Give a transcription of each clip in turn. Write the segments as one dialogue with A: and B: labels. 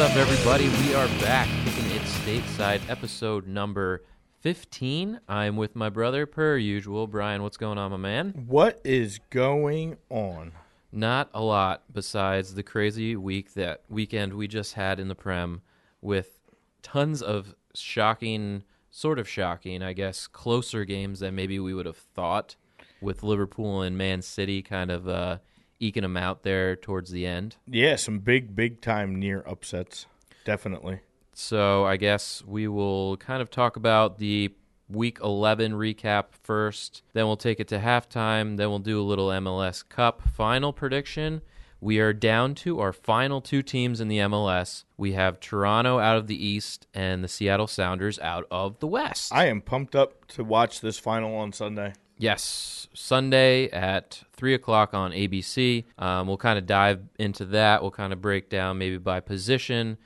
A: up, everybody? We are back, kicking it stateside, episode number 15. I'm with my brother, per usual. Brian, what's going on, my man?
B: What is going on?
A: Not a lot besides the crazy week that weekend we just had in the Prem with tons of shocking, sort of shocking, I guess, closer games than maybe we would have thought with Liverpool and Man City kind of uh, eking them out there towards the end.
B: Yeah, some big, big time near upsets. Definitely.
A: So I guess we will kind of talk about the week 11 recap first. Then we'll take it to halftime. Then we'll do a little MLS Cup final prediction. We are down to our final two teams in the MLS. We have Toronto out of the East and the Seattle Sounders out of the West.
B: I am pumped up to watch this final on Sunday.
A: Yes, Sunday at three o'clock on ABC. Um, we'll kind of dive into that. We'll kind of break down maybe by position,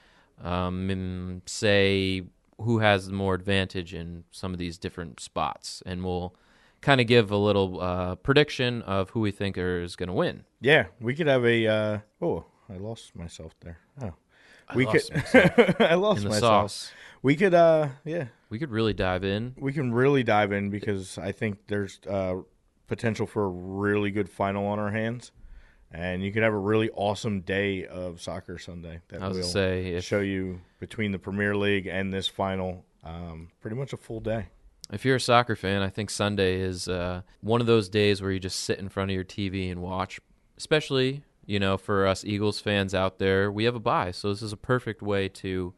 A: um, and say who has the more advantage in some of these different spots, and we'll kind of give a little uh, prediction of who we think are- is going to win.
B: Yeah, we could have a. Uh, oh, I lost myself there. Oh, we
A: lost
B: could. I lost
A: In the
B: myself.
A: sauce,
B: We could. Uh, yeah,
A: we could really dive in.
B: we can really dive in because I think there's uh, potential for a really good final on our hands, and you could have a really awesome day of soccer Sunday. That
A: I was
B: will
A: gonna say if,
B: show you between the Premier League and this final. Um, pretty much a full day.
A: if you're a soccer fan, I think Sunday is uh, one of those days where you just sit in front of your TV and watch. Especially, you know, for us Eagles fans out there, we have a bye, so this is a perfect way to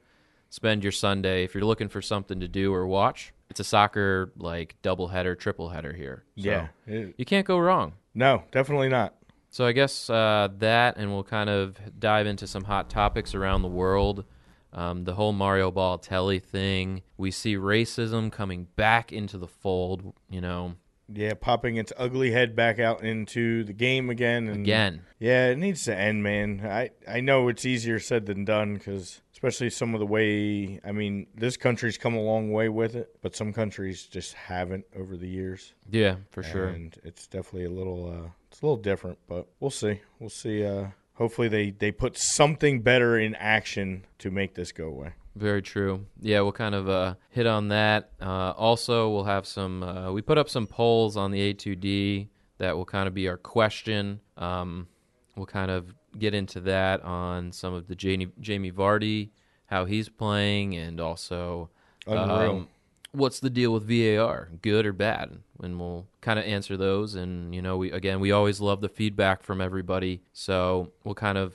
A: spend your Sunday if you're looking for something to do or watch. It's a soccer like double header, triple header here. So
B: Yeah. It-
A: you can't go wrong.
B: no, definitely not.
A: So I guess uh, that, and we'll kind of dive into some hot topics around the world. Um, the whole Mario Balotelli thing. We see racism coming back into the fold. You know,
B: Yeah, popping its ugly head back out into the game again. And
A: again,
B: Yeah, it needs to end, man. I, I know it's easier said than done because, especially some of the way, I mean, this country's come a long way with it, but some countries just haven't over the years.
A: yeah, for sure.
B: And it's definitely a little, uh, it's a little different, but we'll see. We'll see. Uh, hopefully they, they put something better in action to make this go away.
A: Very true. Yeah, we'll kind of uh, hit on that. Uh, also, we'll have some. Uh, we put up some polls on the A2D that will kind of be our question. Um, we'll kind of get into that on some of the Jamie, Jamie Vardy, how he's playing, and also
B: Unreal.
A: Um, what's the deal with VAR, good or bad? And we'll kind of answer those. And you know, we again, we always love the feedback from everybody. So we'll kind of,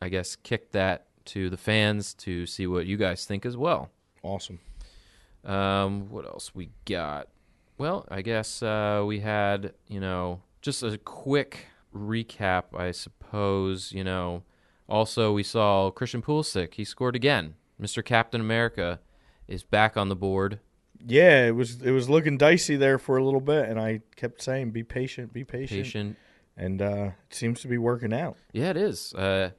A: I guess, kick that to the fans to see what you guys think as well.
B: Awesome.
A: Um, what else we got? Well, I guess uh, we had you know just a quick recap, I suppose. You know, also we saw Christian Pulisic. He scored again. Mr. Captain America is back on the board.
B: Yeah, it was it was looking dicey there for a little bit, and I kept saying, "Be patient, be patient,",
A: Patient.
B: and uh, it seems to be working out.
A: Yeah, it is. Uh,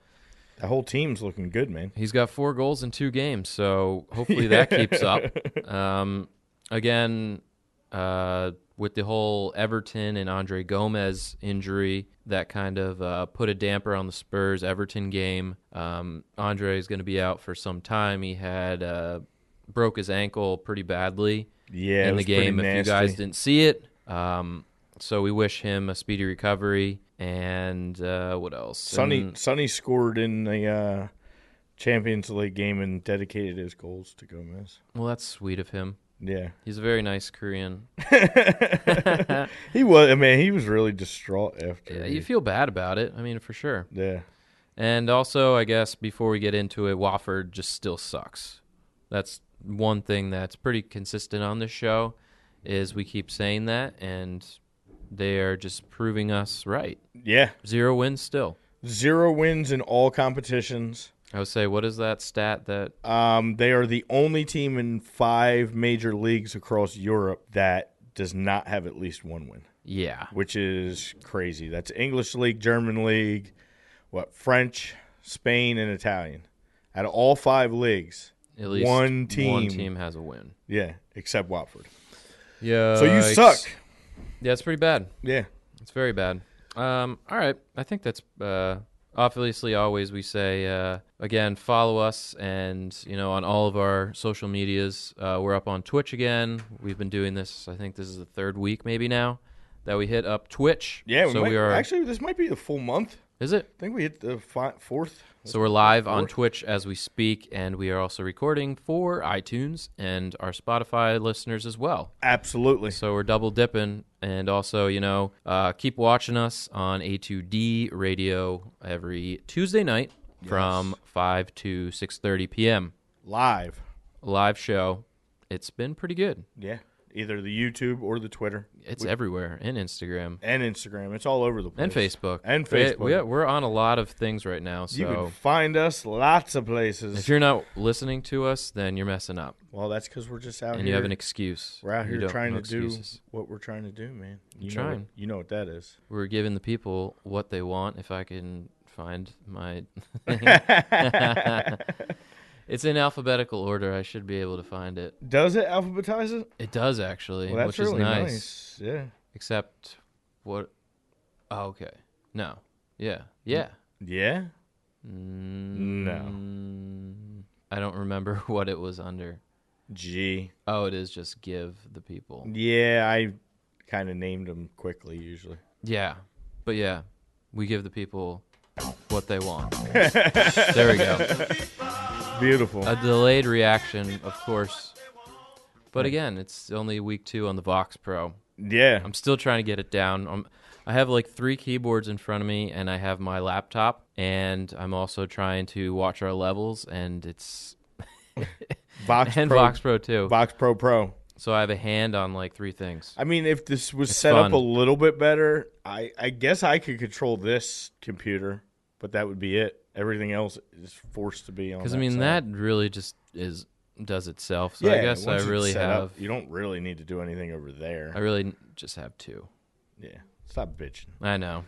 B: The whole team's looking good, man.
A: he's got four goals in two games, so hopefully that keeps up. Um, again, uh, with the whole Everton and Andre Gomez injury, that kind of uh, put a damper on the Spurs Everton game. Um, Andre is going to be out for some time. He had uh, broke his ankle pretty badly
B: Yeah, it
A: in the
B: was pretty
A: game if you
B: nasty.
A: guys didn't see it. Um, so we wish him a speedy recovery. And uh, what else?
B: Sonny
A: And-
B: Sonny scored in the uh, Champions League game and dedicated his goals to Gomez.
A: well, that's sweet of him.
B: Yeah,
A: He's a very nice Korean.
B: he was. I mean, he was really distraught after.
A: Yeah,
B: he-
A: you feel bad about it. I mean, for sure.
B: yeah.
A: And also, I guess before we get into it, Wofford just still sucks. That's one thing that's pretty consistent on this show is we keep saying that, and they are just proving us right.
B: yeah,
A: Zero wins still.
B: zero wins in all competitions.
A: I would say, what is that stat that
B: Um, they are the only team in five major leagues across Europe that does not have at least one win,
A: Yeah.
B: which is crazy. That's English league, German league, what French, Spain, and Italian. Out of all five leagues,
A: At least
B: One
A: one
B: team.
A: team has a win.
B: yeah, except Watford.
A: Yeah.
B: So you suck.
A: Yeah, it's pretty bad.
B: Yeah,
A: It's very bad. Um, all right. I think that's uh, obviously always we say uh, again follow us and you know on all of our social medias uh, we're up on twitch again we've been doing this i think this is the third week maybe now that we hit up twitch
B: Yeah,
A: so
B: might,
A: we are
B: actually this might be the full month.
A: is it
B: I think we hit the fi- fourth.
A: so we're live on
B: Fourth.
A: twitch as we speak and we are also recording for itunes and our spotify listeners as well
B: Absolutely.
A: So we're double dipping, and also, you know, uh, keep watching us on A2D Radio every Tuesday night from five to six thirty p.m.
B: Live.
A: Live show. It's been pretty good.
B: Yeah. Either the YouTube or the Twitter
A: It's everywhere and Instagram
B: and Instagram. It's all over the place.
A: and Facebook
B: And
A: We-
B: Facebook.
A: We, we're on a lot of things right now. So
B: You can find us lots of
A: if
B: places.
A: you're not listening to us, then you're messing up,
B: Well, that's because we're just out
A: and
B: here.
A: you have an excuse.
B: we're out
A: You
B: here
A: don't-
B: trying
A: no
B: to do
A: excuses.
B: what we're trying to do, man. You know,
A: trying.
B: What, you know what that is.
A: We're giving the people what they want. If I can find my It's in alphabetical order. I should be able to find it.
B: Does it alphabetize it?
A: It does actually,
B: Well, that's
A: which
B: really
A: is nice.
B: nice. Yeah.
A: Except what? Oh, okay. No. Yeah. Yeah.
B: Yeah.
A: Mm, I don't remember what it was under.
B: G.
A: Oh, it is just give the people.
B: Yeah, I kind of named them quickly usually.
A: Yeah. But yeah, we give the people what they want. there we go.
B: Beautiful.
A: A delayed reaction, of course. But again, it's only week two on the Vox Pro.
B: yeah.
A: I'm still trying to get it down. I'm, I have like three keyboards in front of me, and I have my laptop, and I'm also trying to watch our levels, and it's
B: Vox
A: and
B: Pro.
A: Vox Pro too.
B: Vox Pro Pro.
A: So I have a hand on like three things.
B: I mean, if this was set up
A: fun.
B: a little bit better, I, I guess I could control this computer, but that would be it. Everything else is forced to be on.
A: Because I mean, that really just is does itself. So
B: side.
A: I guess I
B: once it's
A: really
B: set
A: have.
B: Up, you don't really need to do anything over there.
A: I really just have two.
B: yeah. Stop bitching.
A: I know.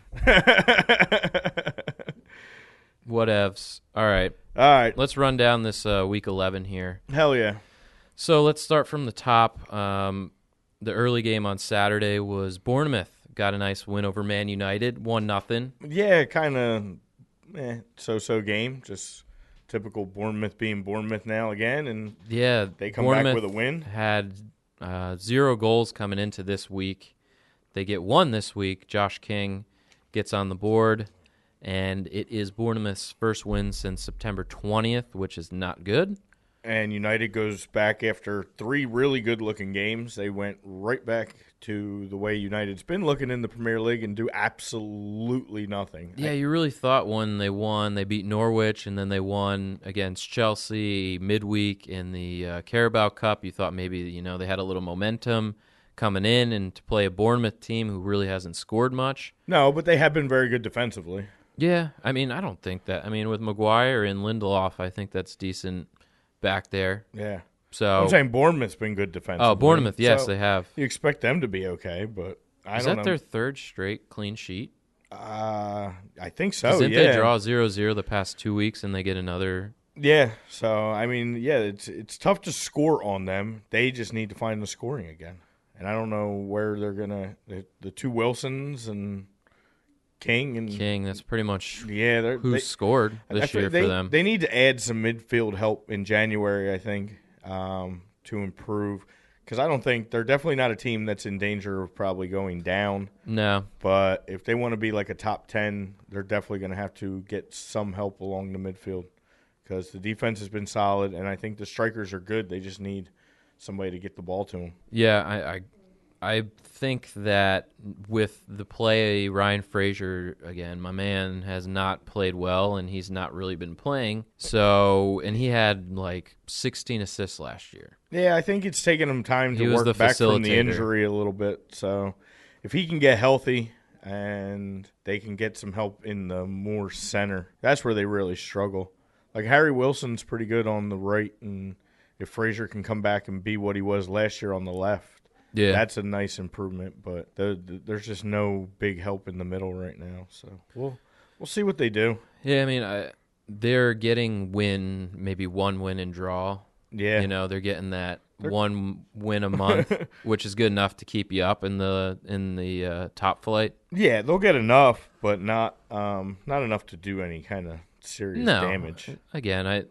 A: Whatevs. All right,
B: All right.
A: let's run down this uh, week eleven here.
B: Hell yeah.
A: So let's start from the top. Um, the early game on Saturday was Bournemouth got a nice win over Man United, one nothing.
B: Yeah, kind of eh, so-so game. Just typical Bournemouth being Bournemouth now again, and
A: Yeah,
B: they come
A: Bournemouth
B: back with a win.
A: Had uh, zero goals coming into this week. They get one this week. Josh King gets on the board, and it is Bournemouth's first win since September twentieth, which is not good.
B: and United goes back after three really good looking games. They went right back to the way United's been looking in the Premier League and do absolutely nothing.
A: Yeah, you really thought when they won, they beat Norwich, and then they won against Chelsea midweek in the uh, Carabao Cup. You thought maybe you know they had a little momentum coming in, and to play a Bournemouth team who really hasn't scored much.
B: No, but they have been very good defensively.
A: Yeah, I mean, I don't think that. I mean, with Maguire and Lindelof, I think that's decent back there.
B: Yeah. I'm
A: So,
B: saying Bournemouth's been good defensively.
A: oh, Bournemouth, yes,
B: So
A: they have.
B: you expect them to be okay, but I
A: Is
B: don't
A: that
B: know.
A: their third straight clean sheet?
B: uh, I think so.
A: Because didn't
B: yeah.
A: they draw 0-0 the past two weeks, and they get another
B: yeah. So I mean, yeah, it's it's tough to score on them. They just need to find the scoring again. And I don't know where they're gonna the, the two Wilsons and King and
A: king? That's pretty much
B: Yeah, they're,
A: who
B: they,
A: scored
B: I
A: this
B: feel
A: year
B: they,
A: for them.
B: They need to add some midfield help in January, I think, um, to improve. Because I don't think they're definitely not a team that's in danger of probably going down.
A: no,
B: But if they want to be like a top ten, they're definitely going to have to get some help along the midfield because the defense has been solid, and I think the strikers are good. They just need somebody to get the ball to them.
A: Yeah, I, I, I think that with the play, Ryan Frazier again, my man has not played well, and he's not really been playing. So, and he had like 16 assists last year.
B: Yeah, I think it's taken him time
A: He
B: to
A: was
B: work
A: the
B: back from the
A: facilitator.
B: injury a little bit. So if he can get healthy and they can get some help in the more center, that's where they really struggle. Like Harry Wilson's pretty good on the right, and if Frazier can come back and be what he was last year on the left,
A: Yeah,
B: that's a nice improvement. But the, the, there's just no big help in the middle right now. So we'll we'll see what they do.
A: yeah. I mean, I, they're getting win, maybe one win and draw.
B: Yeah,
A: You know, they're getting that one win a month, which is good enough to keep you up in the in the uh, top flight.
B: Yeah, they'll get enough, but not um not enough to do any kind of serious
A: No
B: damage.
A: Again, I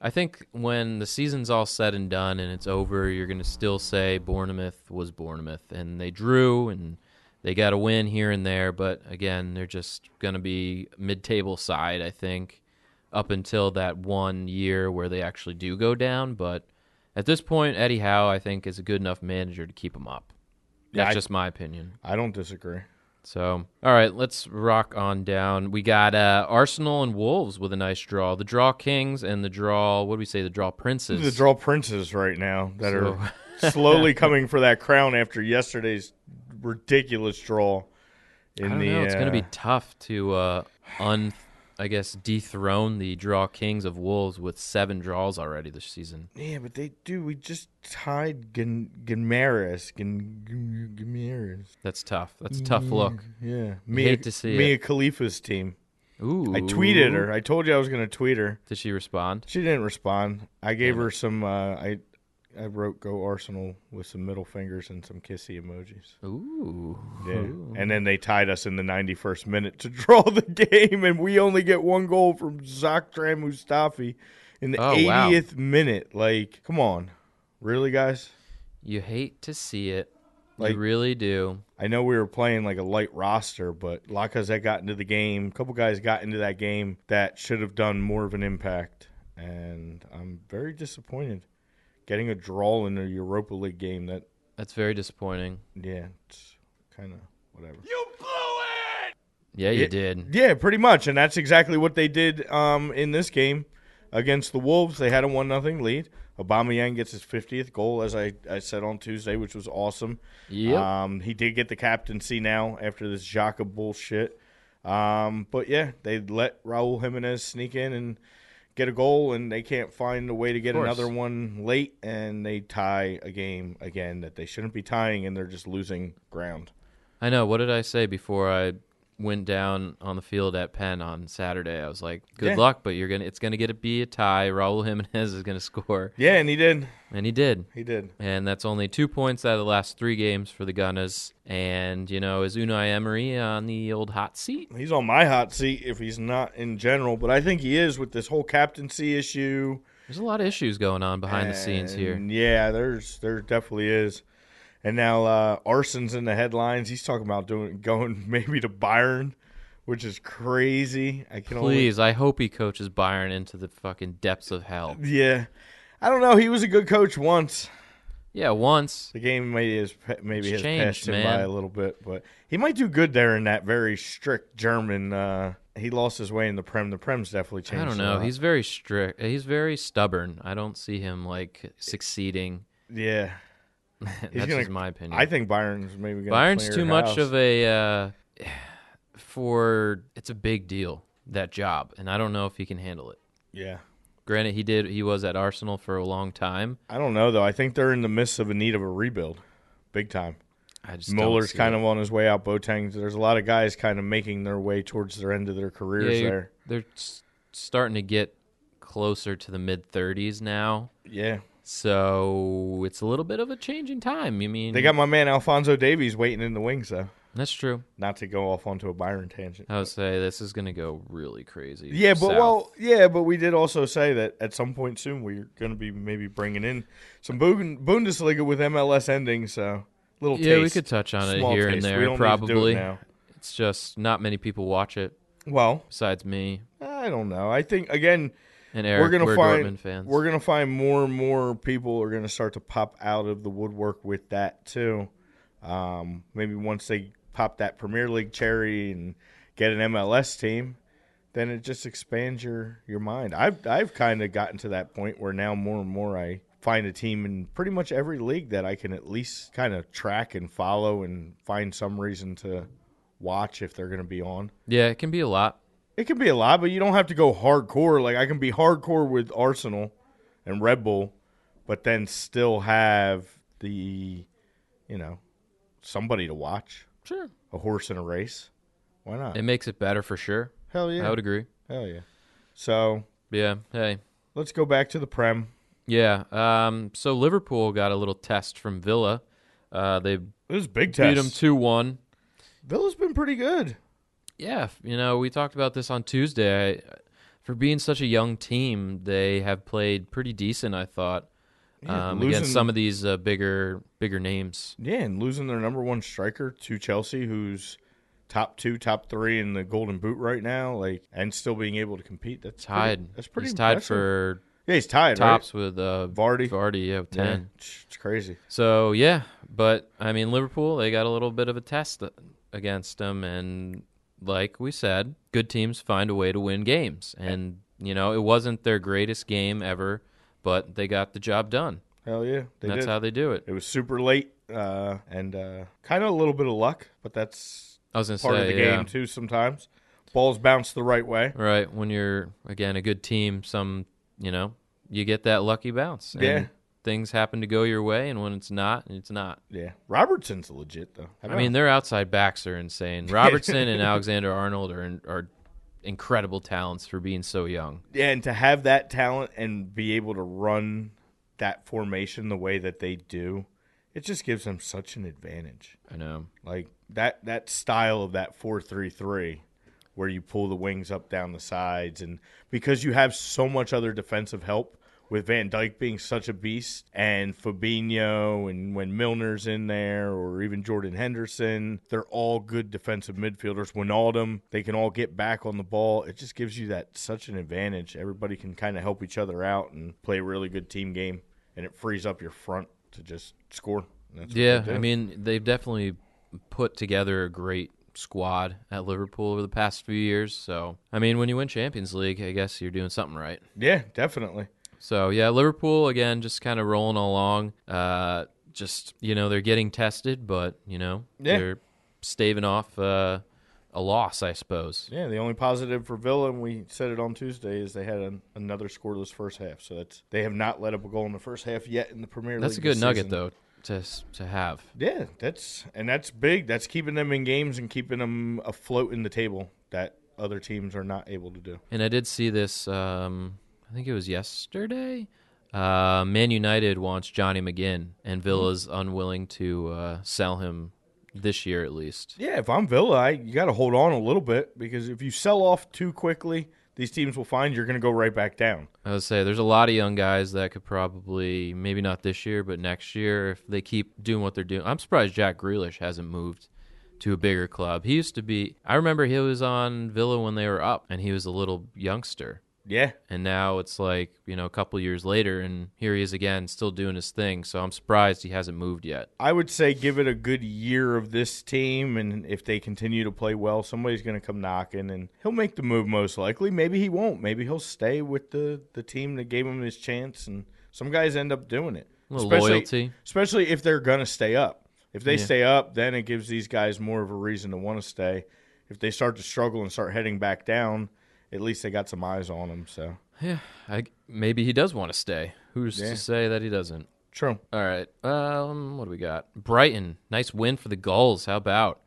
A: I think when the season's all said and done and it's over, you're going to still say Bournemouth was Bournemouth, and they drew and they got a win here and there, but again, they're just going to be mid-table side, I think, up until that one year where they actually do go down. But at this point, Eddie Howe, I think, is a good enough manager to keep them up.
B: Yeah,
A: That's
B: I-
A: just my opinion.
B: I don't disagree.
A: So, all right, let's rock on down. We got uh, Arsenal and Wolves with a nice draw. The draw kings and the draw, what do we say, the draw princes?
B: The draw princes right now that
A: So-
B: are slowly coming for that crown after yesterday's ridiculous draw.
A: I
B: In
A: don't
B: the
A: know. It's going to
B: uh,
A: be tough to, uh, un, I guess, dethrone the draw kings of Wolves with seven draws already this season.
B: Yeah, but they do. We just tied Gan- Gamaris. Gan- Gan- Gamaris.
A: That's tough. That's a tough look.
B: Yeah. Mia,
A: hate to see
B: Mia Khalifa's team.
A: Ooh.
B: I tweeted her. I told you I was going to tweet her.
A: Did she respond?
B: She didn't respond. I gave her some. Uh, I I wrote "Go Arsenal" with some middle fingers and some kissy emojis.
A: Ooh.
B: Yeah. And then they tied us in the 91st minute to draw the game, and we only get one goal from Zaktran Mustafi in the
A: Oh, wow.
B: 80th minute. Like, come on, really, guys?
A: You hate to see it.
B: Like-
A: you really do.
B: I know we were playing like a light roster, but Lacazette got into the game. A couple guys got into that game that should have done more of an impact, and I'm very disappointed. Getting a draw in a Europa League game that,
A: That's very disappointing.
B: yeah, it's kind of whatever.
A: Yeah, you
B: Yeah.
A: did.
B: Yeah, pretty much, and that's exactly what they did um, in this game against the Wolves. They had a one nothing lead. Aubameyang gets his 50th goal, as I, I said on Tuesday, which was awesome.
A: Yep.
B: Um, he did get the captaincy now after this Xhaka bullshit. Um, but yeah, they let Raul Jimenez sneak in and get a goal, and they can't find a way to get
A: course.
B: another one late, and they tie a game again that they shouldn't be tying, and they're just losing ground.
A: I know. What did I say before I went down on the field at Penn on Saturday? I was like, "Good
B: Yeah.
A: luck, but you're gonna it's gonna get to be a tie. Raul Jimenez is gonna score,"
B: Yeah, and he did.
A: and he did.
B: He did.
A: And that's only two points out of the last three games for the Gunners. And you know, is Unai Emery on the old hot seat?
B: he's on my hot seat if he's not in general, but I think he is with this whole captaincy issue.
A: There's a lot of issues going on behind the scenes here.
B: And Yeah, there's there definitely is. And now uh Arson's in the headlines. He's talking about doing going maybe to Byron, which is crazy. I can
A: Please, I hope he coaches Byron into the fucking depths of hell.
B: only Yeah. I don't know. He was a good coach once.
A: Yeah, once.
B: The game maybe is maybe
A: It's
B: has
A: changed,
B: passed him
A: man.
B: by a little bit, but he might do good there in that very strict German. Uh, he lost his way in the Prem. The Prem's definitely
A: I
B: changed.
A: don't
B: a
A: know.
B: lot.
A: He's very strict. He's very stubborn. I don't see him like succeeding.
B: yeah.
A: That's
B: gonna-
A: just my opinion.
B: I think Byron's maybe gonna
A: Byron's
B: clear
A: too much
B: house.
A: of a uh, for it's a big deal that job, and I don't know if he can handle it.
B: yeah.
A: Granted, he did he was at Arsenal for a long time.
B: I don't know though. I think they're in the midst of a need of a rebuild, big time.
A: I just
B: Muller's kind of on his way out. Boateng. There's a lot of guys kind of making their way towards their end of their careers there.
A: They're s- starting to get closer to the mid 30s now,
B: Yeah,
A: so it's a little bit of a change in time. You mean
B: they got my man Alfonso Davies waiting in the wings though.
A: that's true.
B: Not to go off onto a Byron tangent.
A: I would say this is going to go really crazy.
B: Yeah, but
A: Uh, south.
B: well, yeah, but we did also say that at some point soon we're going to be maybe bringing in some Bund- Bundesliga with MLS ending. So little
A: yeah, we
B: taste.
A: could touch on
B: Small
A: it here and
B: taste. We
A: there.
B: don't need to do it
A: probably
B: now.
A: it's just not many people watch it
B: Well,
A: besides me.
B: I don't know. I think again.
A: and Eric,
B: we're gonna find
A: Dortmund fans.
B: we're gonna find more and more people are gonna start to pop out of the woodwork with that too. Um, maybe once they pop that Premier League cherry and get an MLS team, then it just expands your your mind. I've I've kind of gotten to that point where now more and more I find a team in pretty much every league that I can at least kind of track and follow and find some reason to watch if they're gonna be on.
A: yeah, it can be a lot.
B: It can be a lot, but you don't have to go hardcore. Like I can be hardcore with Arsenal and Red Bull, but then still have the, you know, somebody to watch,
A: Sure,
B: a horse in a race. Why not?
A: it makes it better for sure.
B: Hell yeah.
A: I would agree.
B: Hell yeah. So
A: Yeah. Hey.
B: let's go back to the Prem.
A: Yeah. Um, so Liverpool got a little test from Villa. Uh, they
B: It was a big
A: beat
B: test.
A: them 2 1.
B: Villa's been pretty good.
A: Yeah. f- You know, we talked about this on Tuesday. I, for being such a young team, they have played pretty decent, I thought,
B: Yeah,
A: um,
B: losing-
A: against some of these uh, bigger bigger names.
B: Yeah, and losing their number one striker to Chelsea, who's top two, top three in the Golden Boot right now, like, and still being able to compete. That's pretty-
A: Tied.
B: that's pretty.
A: He's tied
B: impressive.
A: for
B: Yeah, he's tied. Right?
A: tops with uh,
B: Vardy.
A: Vardy, yeah, with 10.
B: Yeah, it's it's crazy.
A: So yeah, but I mean Liverpool, they got a little bit of a test against them, and like we said, good teams find a way to win games, and you know it wasn't their greatest game ever, but they got the job done.
B: Hell yeah, they
A: That's
B: did.
A: how they do it.
B: it was super late, uh, and uh, kind of a little bit of luck, but that's
A: I was gonna
B: part
A: say,
B: of the
A: yeah,
B: game too. Sometimes balls bounce the right way.
A: right when you're again a good team, some you know you get that lucky bounce. and
B: Yeah.
A: Things happen to go your way, and when it's not, it's not.
B: Yeah, Robertson's legit though.
A: I mean, their outside backs are insane. Robertson and Alexander Arnold are in, are incredible talents for being so young.
B: Yeah, and to have that talent and be able to run that formation the way that they do, it just gives them such an advantage.
A: I know.
B: Like that that style of that four three three, where you pull the wings up down the sides, and because you have so much other defensive help with Van Dyke being such a beast, and Fabinho, and when Milner's in there, or even Jordan Henderson, they're all good defensive midfielders. Wijnaldum, they can all get back on the ball. It just gives you that such an advantage. Everybody can kind of help each other out and play a really good team game, and it frees up your front to just score. And That's what they
A: Yeah,
B: do.
A: I mean they've definitely put together a great squad at Liverpool over the past few years. So I mean, when you win Champions League, I guess you're doing something right.
B: yeah, definitely.
A: So yeah, Liverpool again, just kind of rolling along. Uh, just you know they're getting tested, but you know
B: Yeah.
A: they're staving off uh, a loss, I suppose.
B: Yeah, the only positive for Villa, and we said it on Tuesday, is they had an, another scoreless first half. So that's they have not let up a goal in the first half yet in the Premier League.
A: That's a
B: this
A: good nugget
B: season.
A: though to s- to have.
B: Yeah, that's and that's big. That's keeping them in games and keeping them afloat in the table that other teams are not able to do.
A: And I did see this. Um, I think it was yesterday. Uh, Man United wants Johnny McGinn, and Villa's unwilling to uh, sell him this year, at least.
B: Yeah, if I'm Villa, I, you got to hold on a little bit because if you sell off too quickly, these teams will find you're going to go right back down.
A: I would say there's a lot of young guys that could probably, maybe not this year, but next year, if they keep doing what they're doing. I'm surprised Jack Grealish hasn't moved to a bigger club. He used to be. I remember he was on Villa when they were up, and he was a little youngster.
B: Yeah,
A: and now it's like you know a couple years later and here he is again still doing his thing so i'm surprised he hasn't moved yet
B: I would say give it a good year of this team, and if they continue to play well, somebody's going to come knocking, and he'll make the move most likely. Maybe he won't. Maybe he'll stay with the the team that gave him his chance, and some guys end up doing it.
A: A little loyalty.
B: especially if they're going to stay up. If they stay up, then it gives these guys more of a reason to want to stay. If they start to struggle and start heading back down, at least they got some eyes on them. So
A: yeah I, maybe he does want to stay who's
B: Yeah.
A: to say that he doesn't
B: true.
A: all right um what do we got brighton nice win for the gulls how about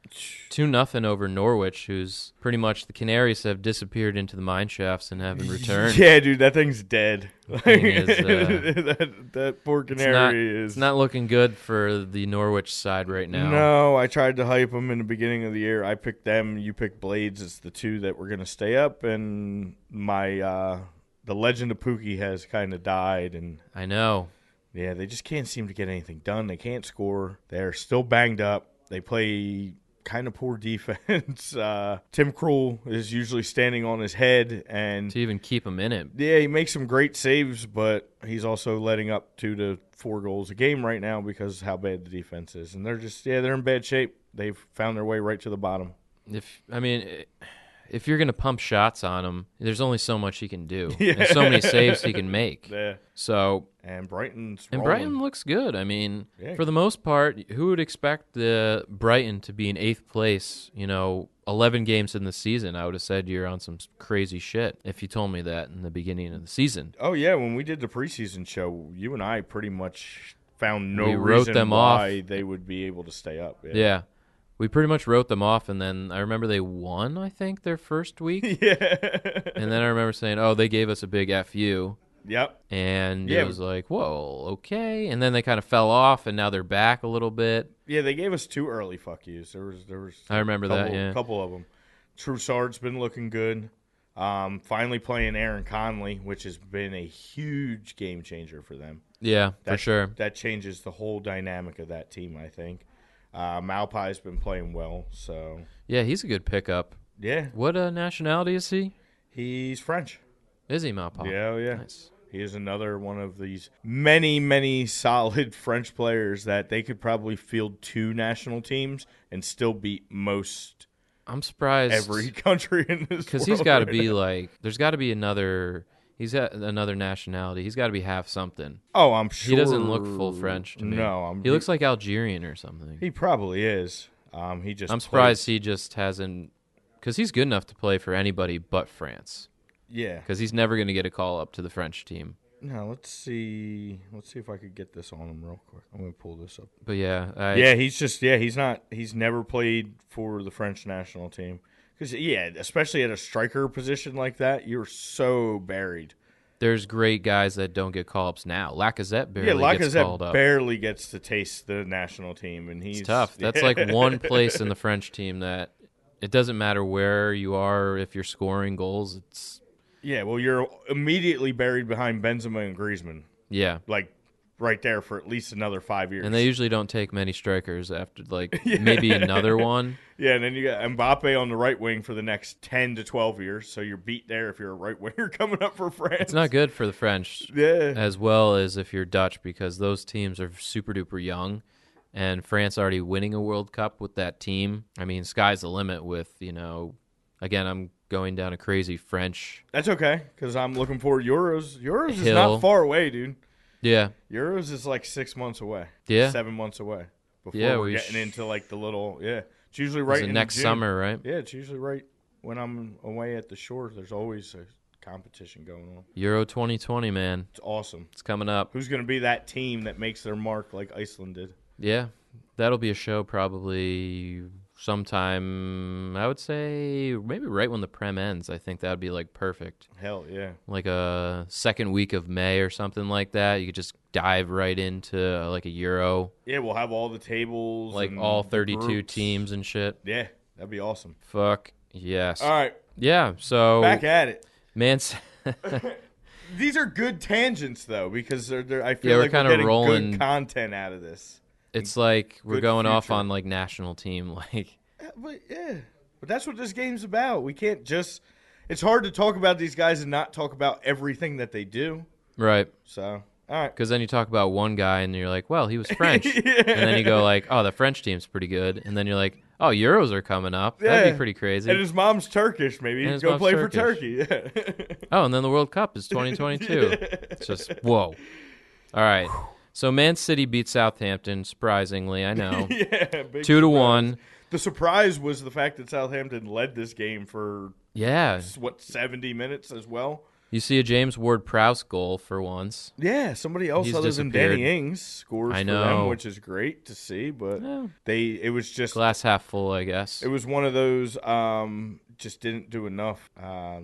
A: two nothing over norwich who's pretty much the canaries have disappeared into the mine shafts and haven't returned
B: Yeah, dude, that thing's dead.
A: thing is, uh,
B: that, that poor
A: it's, not,
B: canary is
A: it's not looking good for the norwich side right now
B: No, I tried to hype them in the beginning of the year. I picked them. You picked Blades. It's the two that were going to stay up, and my uh, the legend of Pookie has kind of died. And
A: i know
B: yeah, they just can't seem to get anything done. They can't score. They're still banged up. They play kind of poor defense. Uh, Tim Krul is usually standing on his head, and
A: to even keep him in it
B: yeah, he makes some great saves, but he's also letting up two to four goals a game right now because of how bad the defense is. And they're just, yeah, they're in bad shape. They've found their way right to the bottom.
A: if I mean, i- if you're gonna pump shots on him, there's only so much he can do, and so many saves he can make.
B: Yeah.
A: So,
B: And Brighton's
A: and
B: rolling.
A: Brighton looks good. I mean,
B: Yeah.
A: for the most part, who would expect the Brighton to be in eighth place? You know, eleven games in the season. I would have said you're on some s- crazy shit if you told me that in the beginning of the season.
B: Oh, yeah. When we did the preseason show, you and I pretty much found no
A: We wrote
B: reason
A: them off.
B: why they would be able to stay up.
A: Yeah. We pretty much wrote them off, and then I remember they won. I think their first week,
B: Yeah.
A: and then I remember saying, "Oh, they gave us a big fu,"
B: Yep.
A: and
B: Yeah.
A: it was like, whoa, okay. And then they kind of fell off, and now they're back a little bit.
B: Yeah, they gave us two early fuck yous. There was there was
A: I remember
B: couple,
A: that. Yeah,
B: couple of them. Troussard's been looking good. Um, finally playing Aaron Conley, which has been a huge game changer for them.
A: yeah, for
B: That-
A: sure.
B: That changes the whole dynamic of that team, I think. Uh, Malpai's been playing well, so
A: Yeah, he's a good pickup.
B: yeah,
A: What uh, nationality is he?
B: he's French.
A: Is he Maupa?
B: Yeah, oh, yeah.
A: Nice.
B: He is another one of these many, many solid French players that they could probably field two national teams and still beat most
A: I'm surprised
B: every country in this.
A: because he's
B: world
A: got to
B: right
A: be
B: now.
A: like, there's got to be another. He's got another nationality. He's got to be half something.
B: Oh, I'm sure
A: He doesn't look full French to me.
B: No, I'm,
A: He looks like Algerian or something.
B: He probably is. Um, he just.
A: I'm
B: played-
A: surprised he just hasn't, because he's good enough to play for anybody but France.
B: Yeah.
A: Because he's never going to get a call up to the French team.
B: Now let's see. Let's see if I could get this on him real quick. I'm gonna pull this up.
A: But yeah, I,
B: yeah, he's just. Yeah, he's not. He's never played for the French national team. Because yeah, especially at a striker position like that, you're so buried.
A: there's great guys that don't get call ups now. Lacazette barely
B: yeah,
A: gets
B: Lacazette
A: called up.
B: barely gets to taste the national team, and he's
A: it's tough. That's like one place in the French team that it doesn't matter where you are if you're scoring goals. It's
B: Yeah, well, you're immediately buried behind Benzema and Griezmann,
A: yeah,
B: like right there for at least another five years.
A: and they usually don't take many strikers after like maybe another one.
B: Yeah, and then you got Mbappe on the right wing for the next ten to twelve years, so you're beat there if you're a right winger coming up for France.
A: It's not good for the French
B: Yeah,
A: as well as if you're Dutch because those teams are super duper young. And France already winning a World Cup with that team. I mean, sky's the limit with, you know, again, I'm going down a crazy French
B: that's okay because I'm looking forward. Euros, Euros is
A: Hill.
B: not far away, dude.
A: Yeah,
B: Euros is like six months away.
A: Yeah.
B: seven months away. Before
A: Yeah,
B: we're
A: we
B: getting
A: sh-
B: into like the little yeah. It's usually
A: right
B: right in
A: next
B: June.
A: summer, right?
B: Yeah, it's usually right when I'm away at the shore. There's always a competition going on.
A: Euro 2020, man,
B: It's awesome.
A: it's coming up.
B: Who's gonna be that team that makes their mark like Iceland did?
A: Yeah, that'll be a show probably sometime. I would say maybe right when the prem ends. I think that'd be like perfect,
B: Hell yeah.
A: like a second week of May or something like that. You could just dive right into uh, like a Euro,
B: Yeah, we'll have all the tables,
A: like
B: and
A: all
B: the
A: 32
B: groups.
A: teams and shit.
B: Yeah, that'd be awesome.
A: Fuck yes,
B: All right,
A: yeah. So
B: back at it.
A: man, s-
B: These are good tangents though, because they're, they're I feel
A: Yeah, we're
B: like
A: kinda
B: getting
A: rolling-
B: good content out of this.
A: it's like we're
B: Good
A: going off
B: future.
A: on like national team, like.
B: Uh, But yeah, but that's what this game's about. We can't just. It's hard to talk about these guys and not talk about everything that they do.
A: Right.
B: So all right,
A: Because then you talk about one guy and you're like, well, he was French. And then you go like, oh, the French team's pretty good. And then you're like, oh, Euros are coming up. That'd
B: Yeah.
A: be pretty crazy.
B: and his mom's Turkish. Maybe
A: And
B: he
A: his
B: go
A: mom's
B: play
A: Turkish.
B: for Turkey.
A: oh, and then the World Cup is 2022. it's just, whoa. All right. So Man City beat Southampton, surprisingly. I know.
B: Yeah, yeah. big
A: Two to
B: surprise.
A: one.
B: The surprise was the fact that Southampton led this game for
A: Yeah.
B: what seventy minutes as well.
A: You see a James Ward Prowse goal for once.
B: Yeah, somebody else
A: He's
B: other than Danny
A: disappeared.
B: Ings scores
A: I
B: for them,
A: know.
B: which is great to see. But
A: Yeah.
B: they, it was just,
A: Glass half full, I guess.
B: it was one of those, um, just didn't do enough uh,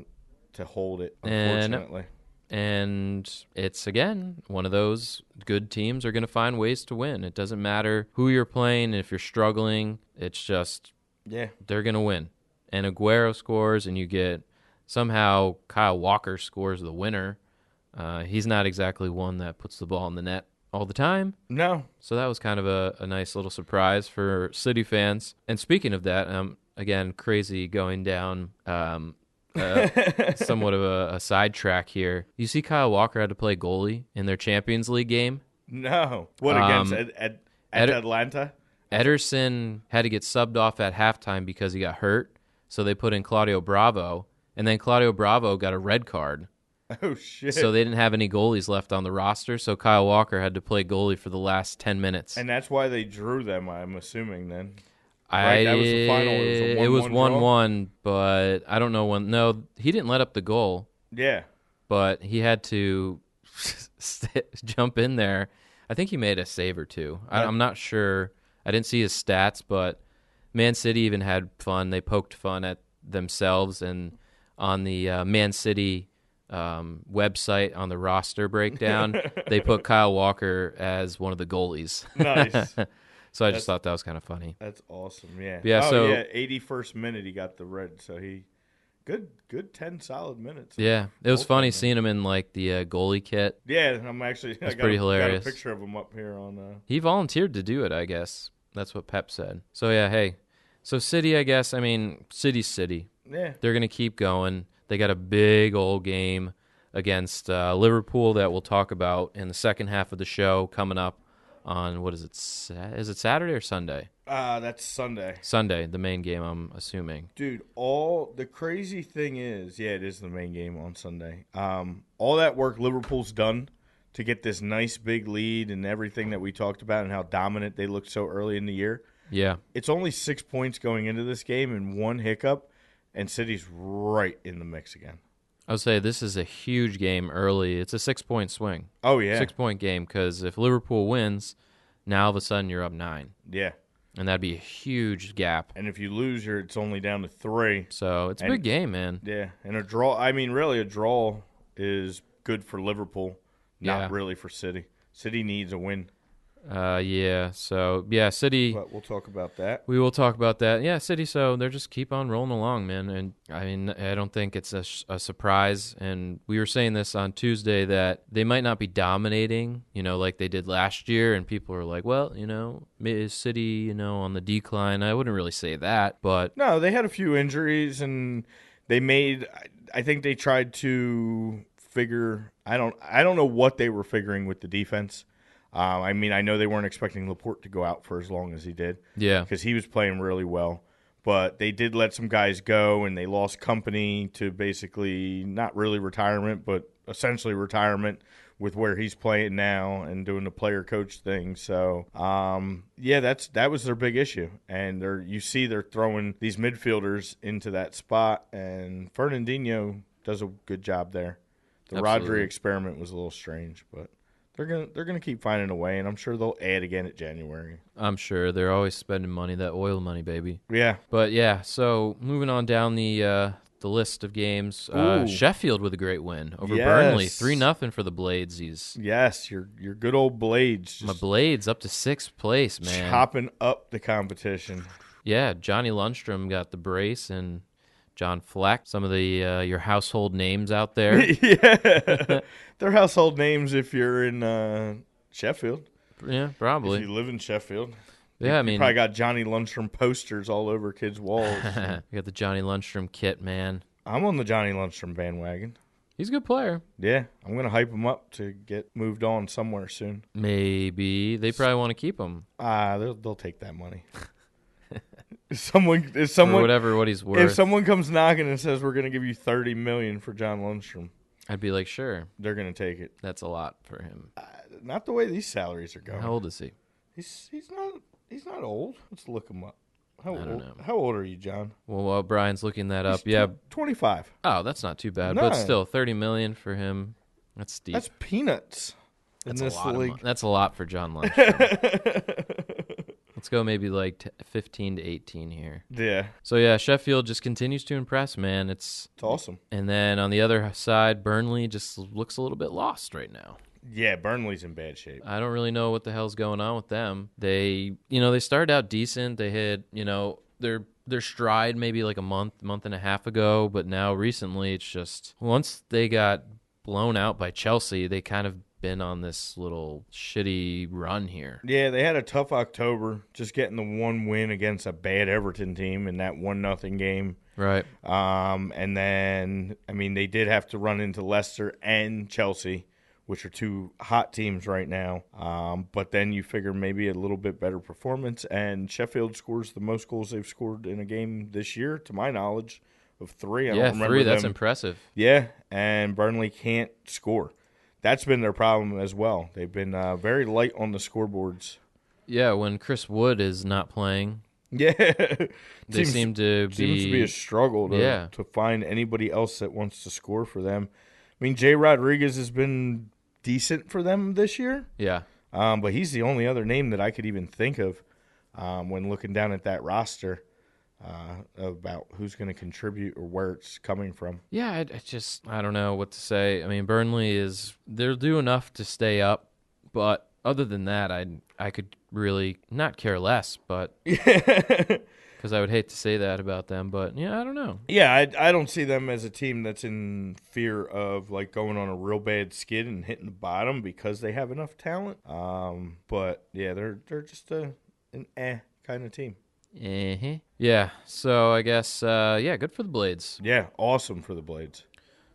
B: to hold it.
A: And- uh,
B: Unfortunately,
A: And it's again one of those good teams are going to find ways to win. It doesn't matter who you're playing, if you're struggling, it's just
B: yeah,
A: they're going to win. And Aguero scores, and you get somehow Kyle Walker scores the winner. Uh, he's not exactly one that puts the ball in the net all the time.
B: no,
A: So that was kind of a, a nice little surprise for City fans. And speaking of that, um, again, crazy going down um, uh, somewhat of a, a sidetrack here. You see, Kyle Walker had to play goalie in their Champions League game.
B: no. What
A: Um,
B: against at, at,
A: Ed-
B: Atlanta?
A: Ederson had to get subbed off at halftime because he got hurt. So they put in Claudio Bravo, and then Claudio Bravo got a red card.
B: Oh shit!
A: So they didn't have any goalies left on the roster. So Kyle Walker had to play goalie for the last 10 minutes.
B: and that's why they drew them. I'm assuming then.
A: I,
B: Right, that was the final. It was a
A: It was
B: 1-1 draw?
A: 1 1, but I don't know when. No, he didn't let up the goal,
B: Yeah,
A: but he had to st- jump in there. I think he made a save or two. I, I'm not sure. I didn't see his stats, but Man City even had fun. They poked fun at themselves. And on the uh, Man City um, website on the roster breakdown, they put Kyle Walker as one of the goalies.
B: Nice.
A: So I just thought that was kind of funny.
B: That's awesome. Yeah.
A: Yeah,
B: Oh,
A: so-
B: yeah. 81st minute, he got the red. So he, good, good 10 solid minutes.
A: Yeah, it was
B: Both of
A: funny
B: them.
A: seeing him in like the uh, goalie kit.
B: Yeah. and I'm actually. I
A: That's
B: got
A: pretty
B: a,
A: hilarious.
B: Got a picture of him up here on. Uh,
A: He volunteered to do it, I guess. That's what Pep said. So yeah, hey. So City, I guess. I mean, City, City.
B: yeah.
A: They're gonna keep going. They got a big old game against uh, Liverpool that we'll talk about in the second half of the show coming up on what is it? Sa- Is it Saturday or Sunday?
B: Uh, that's Sunday.
A: Sunday, the main game. I'm assuming.
B: Dude, all the crazy thing is, yeah, it is the main game on Sunday. Um, all that work Liverpool's done to get this nice big lead and everything that we talked about and how dominant they looked so early in the year.
A: Yeah,
B: It's only six points going into this game and one hiccup, and City's right in the mix again.
A: I would say this is a huge game early. It's a six point swing,
B: Oh yeah,
A: six point game because if Liverpool wins, now all of a sudden you're up nine.
B: yeah.
A: and that'd be a huge gap.
B: And if you lose, you're it's only down to three.
A: So it's a
B: And-
A: big game, man.
B: Yeah, and a draw. I mean, really, a draw is good for Liverpool, not
A: Yeah.
B: really for City. City needs a win,
A: Uh, yeah. So yeah, City.
B: but we'll talk about that.
A: We will talk about that. Yeah, City. So they're just keep on rolling along, man. And I mean, I don't think it's a, sh- a surprise. And we were saying this on Tuesday that they might not be dominating, you know, like they did last year. And people are like, well, you know, is City, you know, on the decline? I wouldn't really say that, but
B: No, they had a few injuries, and they made. I- I think they tried to figure. I don't. I don't know what they were figuring with the defense. Um, I mean, I know they weren't expecting Laporte to go out for as long as he did
A: yeah,
B: because he was playing really well. But they did let some guys go, and they lost company to basically not really retirement, but essentially retirement with where he's playing now and doing the player coach thing. So, um, yeah, that's that was their big issue, and they're you see they're throwing these midfielders into that spot, and Fernandinho does a good job there. The
A: Absolutely.
B: Rodri experiment was a little strange, but they're gonna they're gonna keep finding a way, and I'm sure they'll add again at January.
A: I'm sure they're always spending money, that oil money, baby.
B: Yeah,
A: But yeah, so moving on down the uh, the list of games, uh,
B: Ooh.
A: Sheffield with a great win over Burnley,
B: Yes.
A: three nothing for the Bladesies.
B: Yes, your your good old blades
A: My
B: just
A: Blades up to sixth place, man.
B: chopping up the competition.
A: Yeah, Johnny Lundstrom got the brace and John Fleck. Some of the uh, your household names out there.
B: yeah, they're household names if you're in uh, Sheffield.
A: yeah,
B: If
A: probably.
B: you live in Sheffield,
A: yeah, I mean,
B: probably got Johnny Lundstrom posters all over kids' walls.
A: you got the Johnny Lundstrom kit, man.
B: I'm on the Johnny Lundstrom bandwagon.
A: He's a good player.
B: Yeah, I'm gonna hype him up to get moved on somewhere soon.
A: Maybe they probably want to keep him
B: Ah, they'll they'll take that money. If someone, if
A: or
B: someone,
A: whatever what he's
B: if
A: worth.
B: someone comes knocking and says we're gonna give you thirty million for John Lundstrom,
A: I'd be like, sure,
B: they're gonna take it.
A: that's a lot for him.
B: Not the way these salaries are going.
A: How old is he?
B: He's he's not he's not old. Let's look him up. How
A: don't
B: old,
A: know.
B: how old are you, John?
A: Well, while Brian's looking that up,
B: He's
A: yeah.
B: twenty five.
A: Oh, that's not too bad,
B: No.
A: but still, thirty million for him. That's steep.
B: That's peanuts
A: That's
B: in this
A: a lot. of
B: league.
A: mon- that's a lot for John Lundstrom. Let's go maybe like t- fifteen to eighteen here.
B: Yeah,
A: So yeah, Sheffield just continues to impress, man. It's
B: it's awesome.
A: and then on the other side, Burnley just looks a little bit lost right now.
B: Yeah, Burnley's in bad shape.
A: I don't really know what the hell's going on with them. They, you know, they started out decent. They hit, you know, their their stride maybe like a month, month and a half ago, but now recently it's just once they got blown out by Chelsea, they kind of been on this little shitty run here.
B: Yeah, they had a tough October, just getting the one win against a bad Everton team in that one nothing game.
A: Right.
B: Um, and then I mean they did have to run into Leicester and Chelsea, which are two hot teams right now. Um, but then you figure maybe a little bit better performance, and Sheffield scores the most goals they've scored in a game this year, to my knowledge, of three. I
A: yeah,
B: don't remember
A: three, that's
B: them.
A: impressive.
B: yeah, and Burnley can't score. That's been their problem as well. They've been uh, very light on the scoreboards.
A: Yeah, when Chris Wood is not playing,
B: Yeah,
A: they
B: Seems-
A: seem to be
B: seems to be a struggle to,
A: Yeah.
B: to find anybody else that wants to score for them. I mean, Jay Rodriguez has been decent for them this year,
A: Yeah.
B: um, but he's the only other name that I could even think of um, when looking down at that roster. uh, about who's going to contribute or where it's coming from.
A: Yeah, I, I just I don't know what to say. I mean, Burnley is they'll do enough to stay up, but other than that, I I could really not care less. But because I would hate to say that about them, but yeah, I don't know.
B: Yeah, I, I don't see them as a team that's in fear of like going on a real bad skid and hitting the bottom because they have enough talent. Um, but yeah, they're they're just a an eh kind of team.
A: Uh-huh. Yeah, so I guess uh, yeah, good for the Blades.
B: Yeah, awesome for the Blades.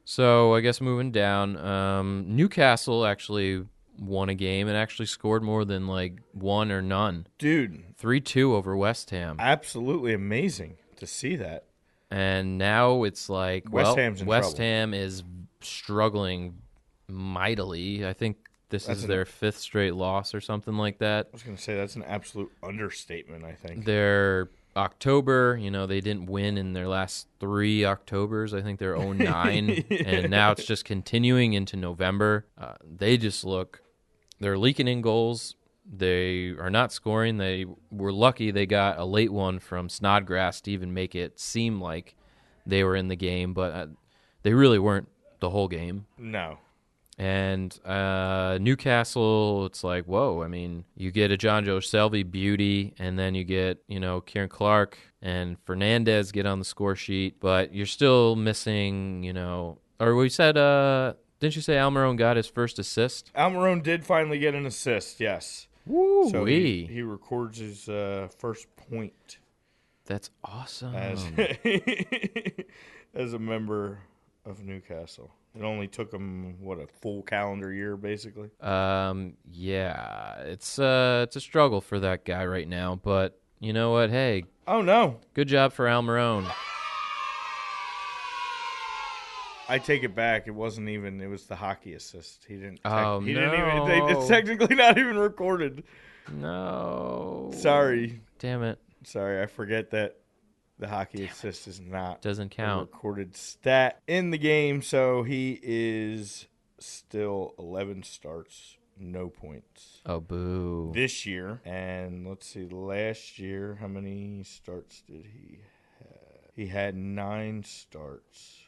A: So I guess moving down, um, Newcastle actually won a game and actually scored more than like one or none.
B: Dude,
A: Three two over West Ham,
B: absolutely amazing to see that.
A: and now it's like
B: West
A: well,
B: Ham's in
A: West
B: trouble.
A: Ham is struggling mightily. I think this
B: That's
A: is
B: an-
A: their fifth straight loss or something like that.
B: I was going to say that's an absolute understatement, I think.
A: Their October, you know, they didn't win in their last three Octobers. I think they're 09, and now it's just continuing into November. Uh, they just look, they're leaking in goals. They are not scoring. They were lucky they got a late one from Snodgrass to even make it seem like they were in the game, but uh, they really weren't the whole game.
B: no.
A: And uh, Newcastle, it's like, whoa, I mean, you get a John Joe Selby beauty, and then you get, you know, Kieran Clark and Fernandez get on the score sheet, but you're still missing, you know, or we said, uh, didn't you say Almiron got his first assist?
B: Almiron did finally get an assist, yes.
A: Woo!
B: So he, he records his uh, first point
A: That's awesome.
B: as as a member of Newcastle. It only took him what a full calendar year, basically.
A: Um, yeah, it's uh, it's a struggle for that guy right now, but you know what? Hey,
B: Oh no,
A: good job for Almiron.
B: I take it back. It wasn't even. It was the hockey assist. He didn't.
A: Oh,
B: he didn't even. They,
A: no.
B: it's technically not even recorded.
A: No,
B: Sorry,
A: damn it,
B: sorry. I forget that the hockey assist is not
A: doesn't
B: a
A: count.
B: recorded stat in the game. So he is still 11 starts, no points.
A: Oh boo!
B: this year. And let's see, last year, how many starts did he have? He had nine starts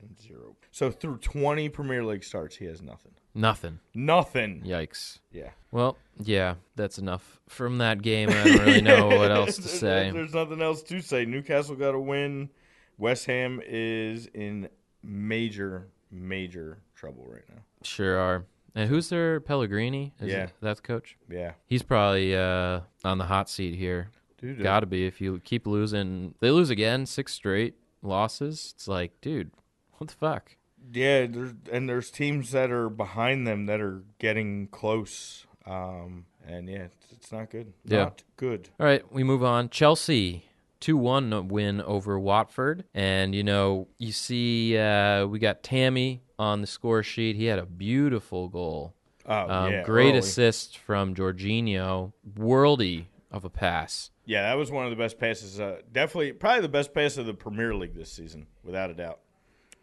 B: and zero. So through 20 Premier League starts, he has nothing.
A: Nothing.
B: Nothing.
A: Yikes.
B: Yeah.
A: Well, yeah, that's enough from that game. I don't really know what else to
B: There's-
A: say.
B: There's nothing else to say. Newcastle got a win. West Ham is in major, major trouble right now.
A: Sure are. And who's their Pellegrini? Is
B: Yeah.
A: it that's coach.
B: Yeah.
A: He's probably uh, on the hot seat here.
B: Dude, uh,
A: Got to be if you keep losing. They lose again, six straight losses. It's like, dude, what the fuck?
B: Yeah, there's, and there's teams that are behind them that are getting close. Um, and yeah, it's, it's not good.
A: Yeah.
B: Not good.
A: All right, we move on. Chelsea. 2 1 win over Watford. And, you know, you see, uh, we got Tammy on the score sheet. He had a beautiful goal.
B: Oh,
A: Um,
B: yeah.
A: great
B: early.
A: assist from Jorginho. Worldy of a pass.
B: Yeah, that was one of the best passes. Uh, definitely, probably the best pass of the Premier League this season, without a doubt.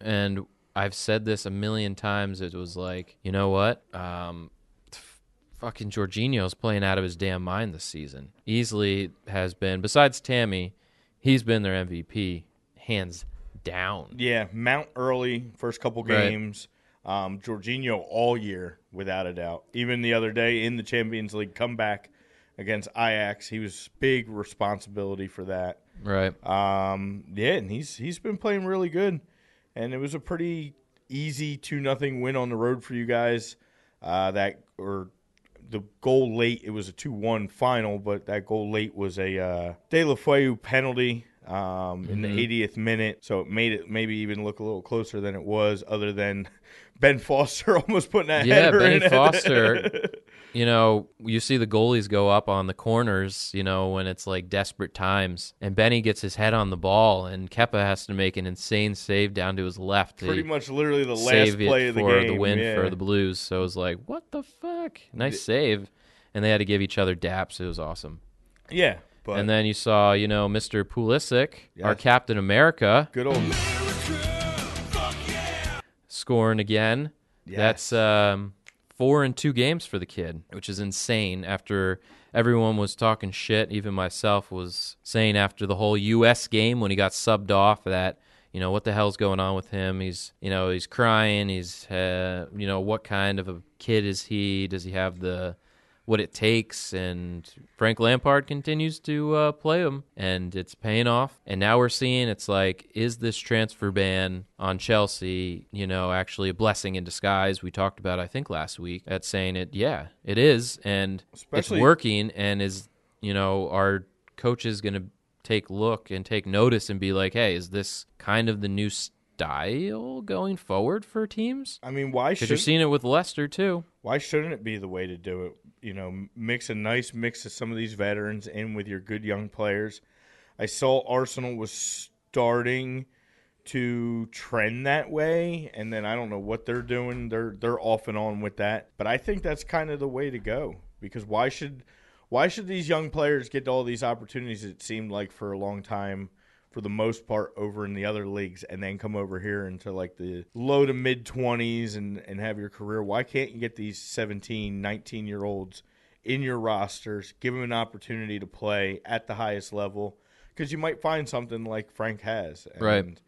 A: And I've said this a million times. It was like, you know what? Um, f- fucking Jorginho's playing out of his damn mind this season. Easily has been, besides Tammy, he's been their MVP, hands down.
B: Yeah, Mount early, first couple
A: Right.
B: games. Um, Jorginho all year, without a doubt. Even the other day in the Champions League comeback against Ajax, he was big responsibility for that.
A: Right.
B: Um, yeah, and he's he's been playing really good, and it was a pretty easy two nothing win on the road for you guys. Uh, that or the goal late, it was a two one final, but that goal late was a uh, De La Fueu penalty. Um, in the
A: Mm-hmm.
B: 80th minute, so it made it maybe even look a little closer than it was. Other than Ben Foster almost putting that
A: Yeah,
B: header
A: Benny
B: in.
A: Foster. you know, you see the goalies go up on the corners, you know, when it's like desperate times. And Benny gets his head on the ball, and Keppa has to make an insane save down to his left. to
B: pretty much literally the last
A: save it
B: play of the
A: for
B: game.
A: the win
B: yeah.
A: for the Blues. So it was like, what the fuck? Nice save. And they had to give each other daps. It was awesome.
B: yeah, but
A: and then you saw, you know, Mr. Pulisic, our
B: Yes.
A: Captain America,
B: good old
A: scoring again.
B: Yes.
A: That's um, four and two games for the kid, which is insane after everyone was talking shit. Even myself was saying after the whole U.S. game when he got subbed off that you know what the hell's going on with him he's you know he's crying he's uh, you know what kind of a kid is he does he have the what it takes and frank lampard continues to uh, play him and it's paying off and now we're seeing it's like is this transfer ban on chelsea you know actually a blessing in disguise we talked about i think last week at saying it yeah it is and
B: Especially-
A: it's working and is you know our coach is going to take look and take notice and be like, hey, is this kind of the new style going forward for teams?
B: I mean, why
A: Because you're
B: should
A: seeing it with Leicester too.
B: why shouldn't it be the way to do it? You know, m- mix a nice mix of some of these veterans in with your good young players. I saw Arsenal was starting to trend that way, and then I don't know what they're doing. They're they're off and on with that, but I think that's kind of the way to go because why should why should these young players get all these opportunities? It seemed like for a long time. For the most part, over in the other leagues, and then come over here into like the low to mid 20s and, and have your career. Why can't you get these 17, 19 year olds in your rosters, give them an opportunity to play at the highest level? Because you might find something like Frank has. And
A: Right.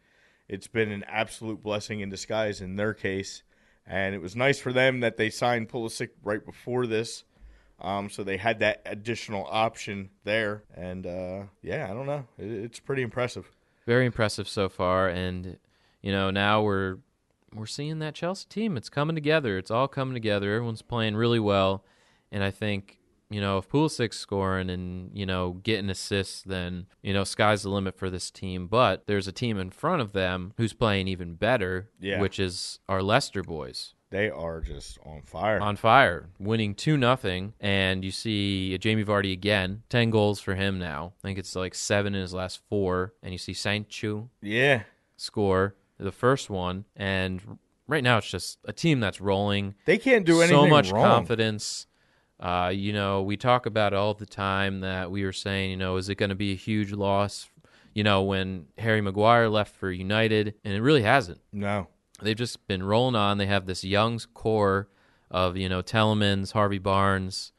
B: it's been an absolute blessing in disguise in their case. And it was nice for them that they signed Pulisic right before this. Um, so they had that additional option there. And uh, yeah, I don't know. It, it's pretty impressive.
A: Very impressive so far. And, you know, now we're we're seeing that Chelsea team. It's coming together. It's all coming together. Everyone's playing really well. And I think, you know, if Pulisic's scoring and, you know, getting assists, then, you know, sky's the limit for this team. But there's a team in front of them who's playing even better,
B: Yeah.
A: which is our Leicester boys.
B: They are just on fire.
A: on fire, winning two nothing, and you see Jamie Vardy again, ten goals for him now. I think it's like seven in his last four, and you see Sancho
B: yeah.
A: score the first one, and right now it's just a team that's rolling,
B: They can't do anything
A: so much
B: wrong.
A: confidence. Uh, you know, we talk about it all the time that we were saying, you know, is it going to be a huge loss? You know, when Harry Maguire left for United, and it really hasn't
B: No.
A: they've just been rolling on. They have this young core of you know Telemans, Harvey Barnes,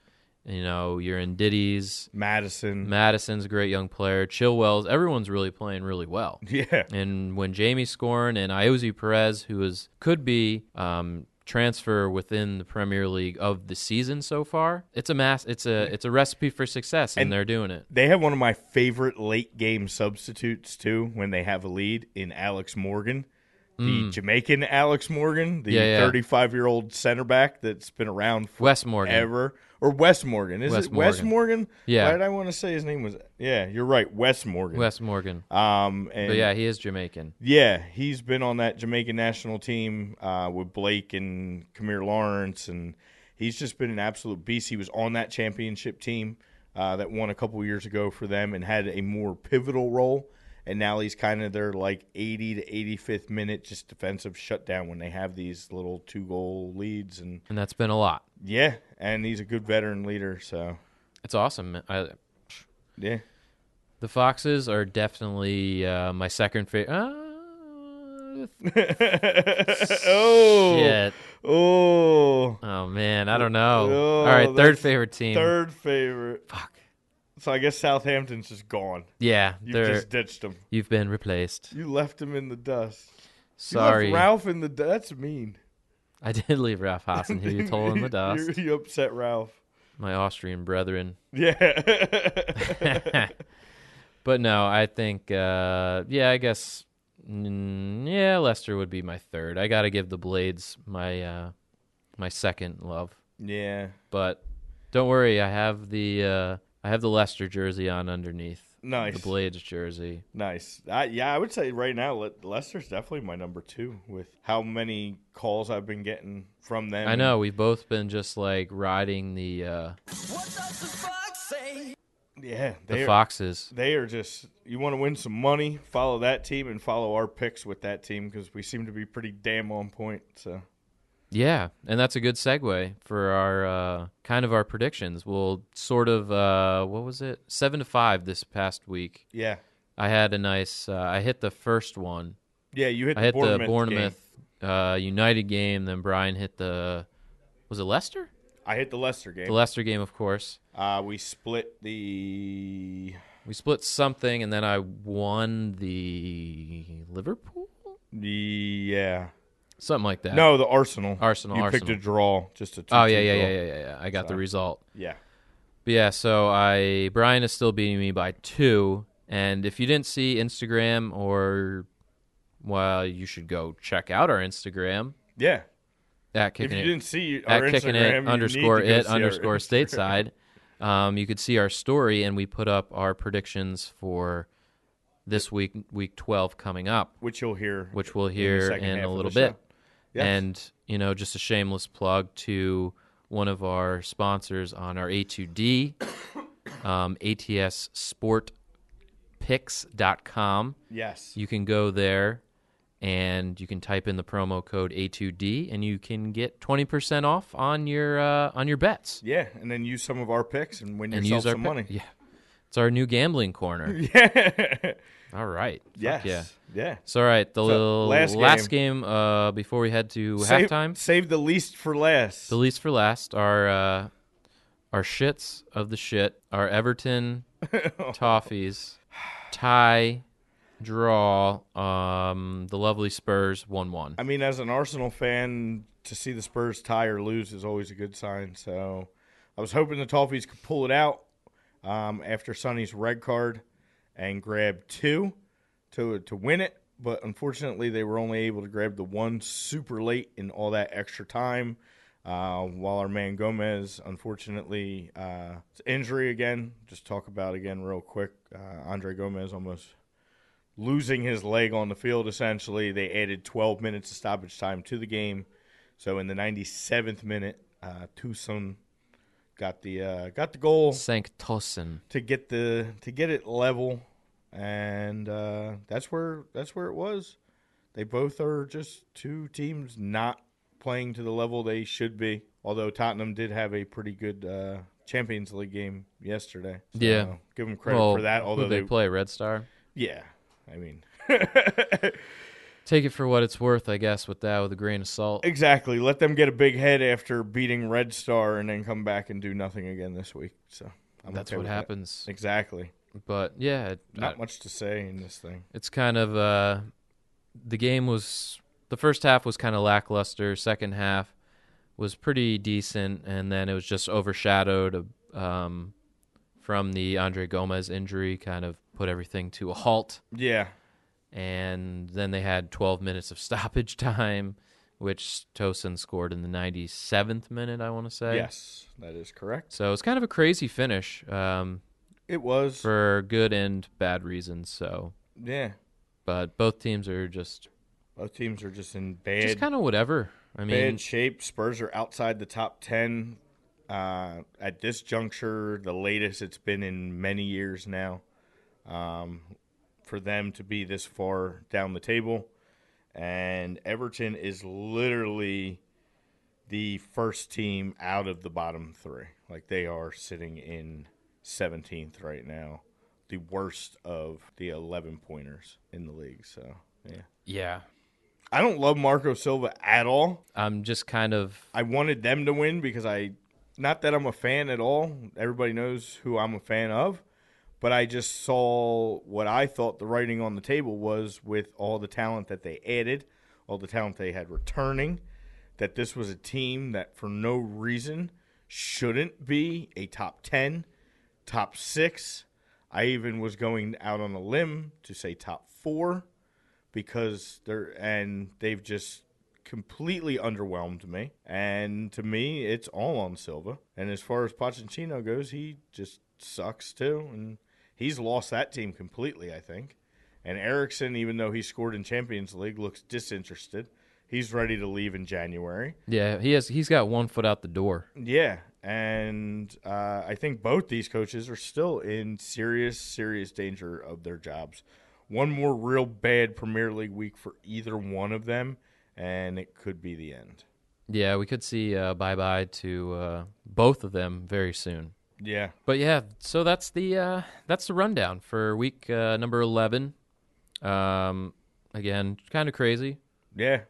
A: you know you're in Diddy's,
B: Madison.
A: Madison's a great young player, Chilwell's. Everyone's really playing really well.
B: yeah.
A: And when Jamie's scoring and Iose Perez, who is could be um, transfer within the Premier League of the season so far, it's a mass. It's a it's a recipe for success, and,
B: And-
A: they're doing it.
B: They have one of my favorite late game substitutes too when they have a lead in Alex Morgan. The Jamaican Alex Morgan, the
A: Hmm. Yeah, yeah.
B: 35 year old center back that's been around
A: Wes Morgan.
B: forever. Or Wes Morgan. Is
A: Wes
B: it Wes
A: Morgan.
B: Morgan?
A: Yeah.
B: Why did I want to say his name was. Yeah, you're right. Wes Morgan.
A: Wes Morgan.
B: Um, and
A: But yeah, he is Jamaican.
B: yeah, he's been on that Jamaican national team uh, with Blake and Kamir Lawrence, and he's just been an absolute beast. He was on that championship team uh, that won a couple years ago for them and had a more pivotal role. And now he's kind of their like 80 to 85th minute just defensive shutdown when they have these little two goal leads. And
A: And that's been a lot.
B: yeah, and he's a good veteran leader. So
A: It's awesome. I,
B: yeah,
A: The Foxes are definitely uh, my second favorite. Uh,
B: oh,
A: shit.
B: oh,
A: Oh, man. I don't know.
B: Oh,
A: All right. Third
B: that's
A: favorite team.
B: third favorite.
A: Fuck.
B: So I guess Southampton's just gone.
A: Yeah.
B: You
A: they're,
B: just ditched him.
A: you've been replaced.
B: You left him in the dust.
A: Sorry.
B: You left Ralph in the dust. That's mean.
A: I did leave Ralph Hassen, who you told in the dust.
B: You, you upset Ralph.
A: My Austrian brethren.
B: Yeah.
A: but no, I think, uh, yeah, I guess, mm, yeah, Lester would be my third. I got to give the Blades my uh, my second love.
B: yeah.
A: but don't worry, I have the uh, I have the Leicester jersey on underneath.
B: Nice.
A: The Blades jersey.
B: Nice. I, yeah, I would say right now Le- Lester's definitely my number two with how many calls I've been getting from them.
A: I know we've both been just like riding the uh,
B: Yeah.
A: the
B: They are,
A: foxes.
B: they are just. You want to win some money? Follow that team and follow our picks with that team because we seem to be pretty damn on point. So.
A: Yeah, and that's a good segue for our uh, kind of our predictions. We'll sort of uh, what was it seven to five this past week.
B: Yeah.
A: I had a nice. Uh, I hit the first one.
B: Yeah. You hit the
A: I hit
B: Bournemouth.
A: the
B: game.
A: Bournemouth uh, United game. Then Brian hit the was it Leicester?
B: I hit the Leicester game.
A: The Leicester game, of course.
B: uh, we split the
A: We split something, and then I won the Liverpool,
B: the yeah.
A: something like that.
B: No, the Arsenal.
A: Arsenal,
B: You
A: Arsenal.
B: picked a draw, just a.
A: Oh
B: 2-2
A: yeah, yeah,
B: draw.
A: yeah, yeah, yeah, yeah. I got the
B: So.
A: result.
B: Yeah.
A: But yeah, so I Brian is still beating me by two. And if you didn't see Instagram or well, you should go check out our Instagram
B: Yeah.
A: at
B: If
A: kicking
B: you
A: it
B: didn't see
A: at
B: our
A: kicking
B: Instagram, you
A: it
B: need
A: underscore
B: to go
A: it
B: see our
A: underscore
B: Instagram.
A: stateside. Um, you could see our story, and we put up our predictions for this week, week twelve coming up,
B: which you'll hear,
A: which we'll
B: the
A: hear
B: second
A: in
B: half
A: a
B: of
A: little
B: the show.
A: bit.
B: Yes.
A: And you know, just a shameless plug to one of our sponsors on our A2D, um, ATSSportPicks.com.
B: yes,
A: You can go there and you can type in the promo code A2D and you can get 20% off on your uh, on your bets
B: yeah, and then use some of our picks and win
A: and
B: yourself
A: use our
B: some
A: pick-
B: money.
A: Yeah. It's our new gambling corner.
B: Yeah,
A: All right. Fuck
B: yes,
A: Yeah.
B: yeah. yeah.
A: So, all right, the little last,
B: last
A: game, uh, before we head to
B: Save,
A: halftime.
B: Save the least for last.
A: The least for last are uh, our shits of the shit, our Everton toffees, tie, draw, um, the lovely Spurs one one.
B: I mean, as an Arsenal fan, to see the Spurs tie or lose is always a good sign. So I was hoping the Toffees could pull it out um, after Sonny's red card and grab two to to win it. But unfortunately, they were only able to grab the one super late in all that extra time. Uh, while our man Gomez, unfortunately, uh, injury again. Just talk about again real quick. Uh, Andre Gomez almost losing his leg on the field essentially they added 12 minutes of stoppage time to the game so in the 97th minute uh, tucson got the uh, got the goal
A: Sank Tosin.
B: to get the to get it level and uh, that's where that's where it was they both are just two teams not playing to the level they should be although tottenham did have a pretty good uh, champions league game yesterday So,
A: Yeah.
B: give them credit
A: Well,
B: for that
A: who
B: although
A: they
B: they
A: play Red Star.
B: yeah i mean
A: Take it for what it's worth, I guess. With that, with a grain of salt.
B: Exactly. Let them get a big head after beating Red Star and then come back and do nothing again this week. So I'm
A: That's
B: okay
A: what
B: with that.
A: happens.
B: Exactly.
A: But yeah, it- I-
B: Not much to say in this thing.
A: it's kind of uh, the game was the first half was kind of lackluster. Second half was pretty decent, and then it was just overshadowed um, from the Andre Gomez injury. Kind of put everything to a halt,
B: Yeah.
A: and then they had 12 minutes of stoppage time, which Tosin scored in the 97th minute. I want to say
B: Yes, that is correct.
A: So it's kind of a crazy finish um,
B: It was.
A: for good and bad reasons. So,
B: yeah.
A: but both teams are just
B: Both teams are just in bad,
A: just kind of whatever. I mean,
B: bad shape. Spurs are outside the top ten. Uh, at this juncture, the latest it's been in many years now. Um, for them to be this far down the table. and Everton is literally the first team out of the bottom three. Like they are sitting in 17th right now, the worst of the 11 pointers in the league. So, yeah.
A: yeah,
B: I don't love Marco Silva at all.
A: I'm just kind of
B: I wanted them to win because I, not that I'm a fan at all. Everybody knows who I'm a fan of, but I just saw what I thought the writing on the table was with all the talent that they added, all the talent they had returning, that this was a team that for no reason shouldn't be a top 10, top six. I even was going out on a limb to say top four because they're and they've just completely underwhelmed me. And to me, it's all on Silva. And as far as Pochettino goes, he just sucks too, and he's lost that team completely. I think. And Erickson, even though he scored in Champions League, looks disinterested. He's ready to leave in January.
A: yeah. He has he's got one foot out the door.
B: Yeah, and uh, I think both these coaches are still in serious, serious danger of their jobs. One more real bad Premier League week for either one of them, and it could be the end.
A: Yeah, we could see uh, bye bye to uh, both of them very soon.
B: Yeah,
A: But yeah, so that's the uh, that's the rundown for week uh, number eleven. Um, again, kind of crazy.
B: yeah.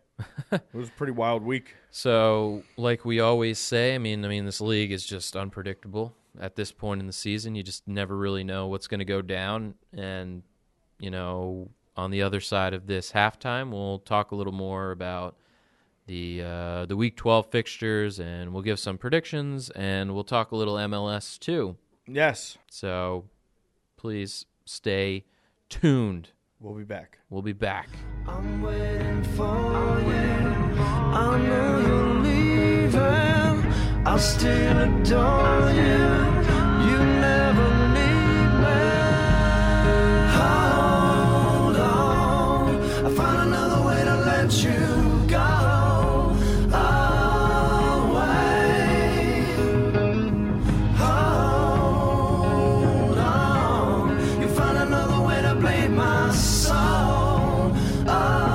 B: It was a pretty wild week.
A: So, like we always say, I mean, I mean, this league is just unpredictable at this point in the season. You just never really know what's going to go down, and you know, on the other side of this halftime, we'll talk a little more about the uh, the Week 12 fixtures, and we'll give some predictions, and we'll talk a little MLS too.
B: Yes,
A: So, please stay tuned.
B: we'll be back.
A: We'll be back.
C: I'm waiting for you. I know you're leaving. I still adore you. You never need me. Hold on. I found another way to let you go away. Hold on. You found another way to bleed my soul away.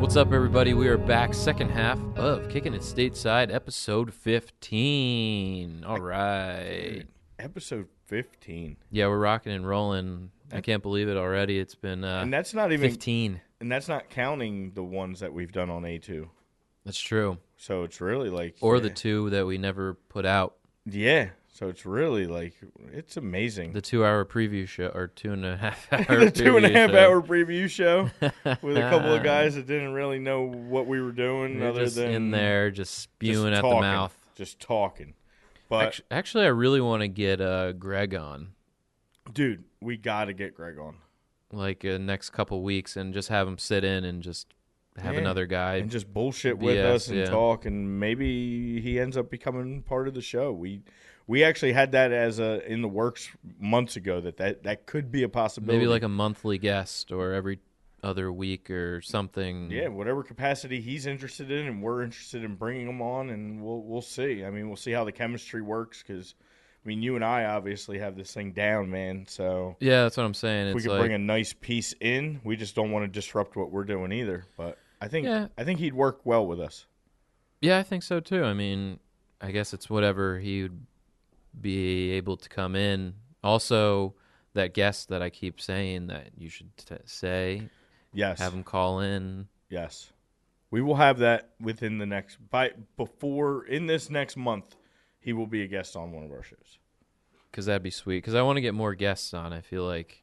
A: What's up, everybody? We are back, second half of Kicking It Stateside, episode 15. All right.
B: Episode fifteen,
A: Yeah, we're rocking and rolling. I can't believe it already. It's been
B: and
A: uh,
B: that's not even
A: 15.
B: and that's not counting the ones that we've done on A two.
A: That's true.
B: So it's really like
A: Or
B: yeah.
A: the two that we never put out
B: yeah. So it's really like it's amazing.
A: the two hour preview show, or two and a half hour
B: the two and a
A: preview
B: half
A: show.
B: hour preview show with a couple of guys that didn't really know what we were doing
A: We're
B: other
A: Uh, just
B: than
A: in there, just
B: just
A: spewing at the
B: talking,
A: mouth.
B: just talking. But
A: Actu- Actually, I really want to get uh, Greg on,
B: dude, we got to get Greg on
A: like uh, next couple weeks, and just have him sit in and just have
B: Yeah.
A: another guy.
B: and just bullshit with
A: BS,
B: us and
A: yeah.
B: talk, and maybe he ends up becoming part of the show. We we actually had that as a in the works months ago that that, that could be a possibility.
A: Maybe like a monthly guest or every other week or something.
B: yeah, whatever capacity he's interested in, and we're interested in bringing him on, and we'll we'll see. I mean, we'll see how the chemistry works because. I mean, you and I obviously have this thing down, man. So
A: Yeah, that's what I'm saying.
B: if we
A: It's
B: could
A: like,
B: bring a nice piece in. We just don't want to disrupt what we're doing either. But I think
A: Yeah.
B: I think he'd work well with us.
A: yeah, I think so too. I mean, I guess it's whatever he would be able to come in. Also, that guest that I keep saying that you should t- say,
B: Yes.
A: have him call in.
B: Yes. We will have that within the next by before in this next month. He will be a guest on one of our shows.
A: because that'd be sweet. Because I want to get more guests on. I feel like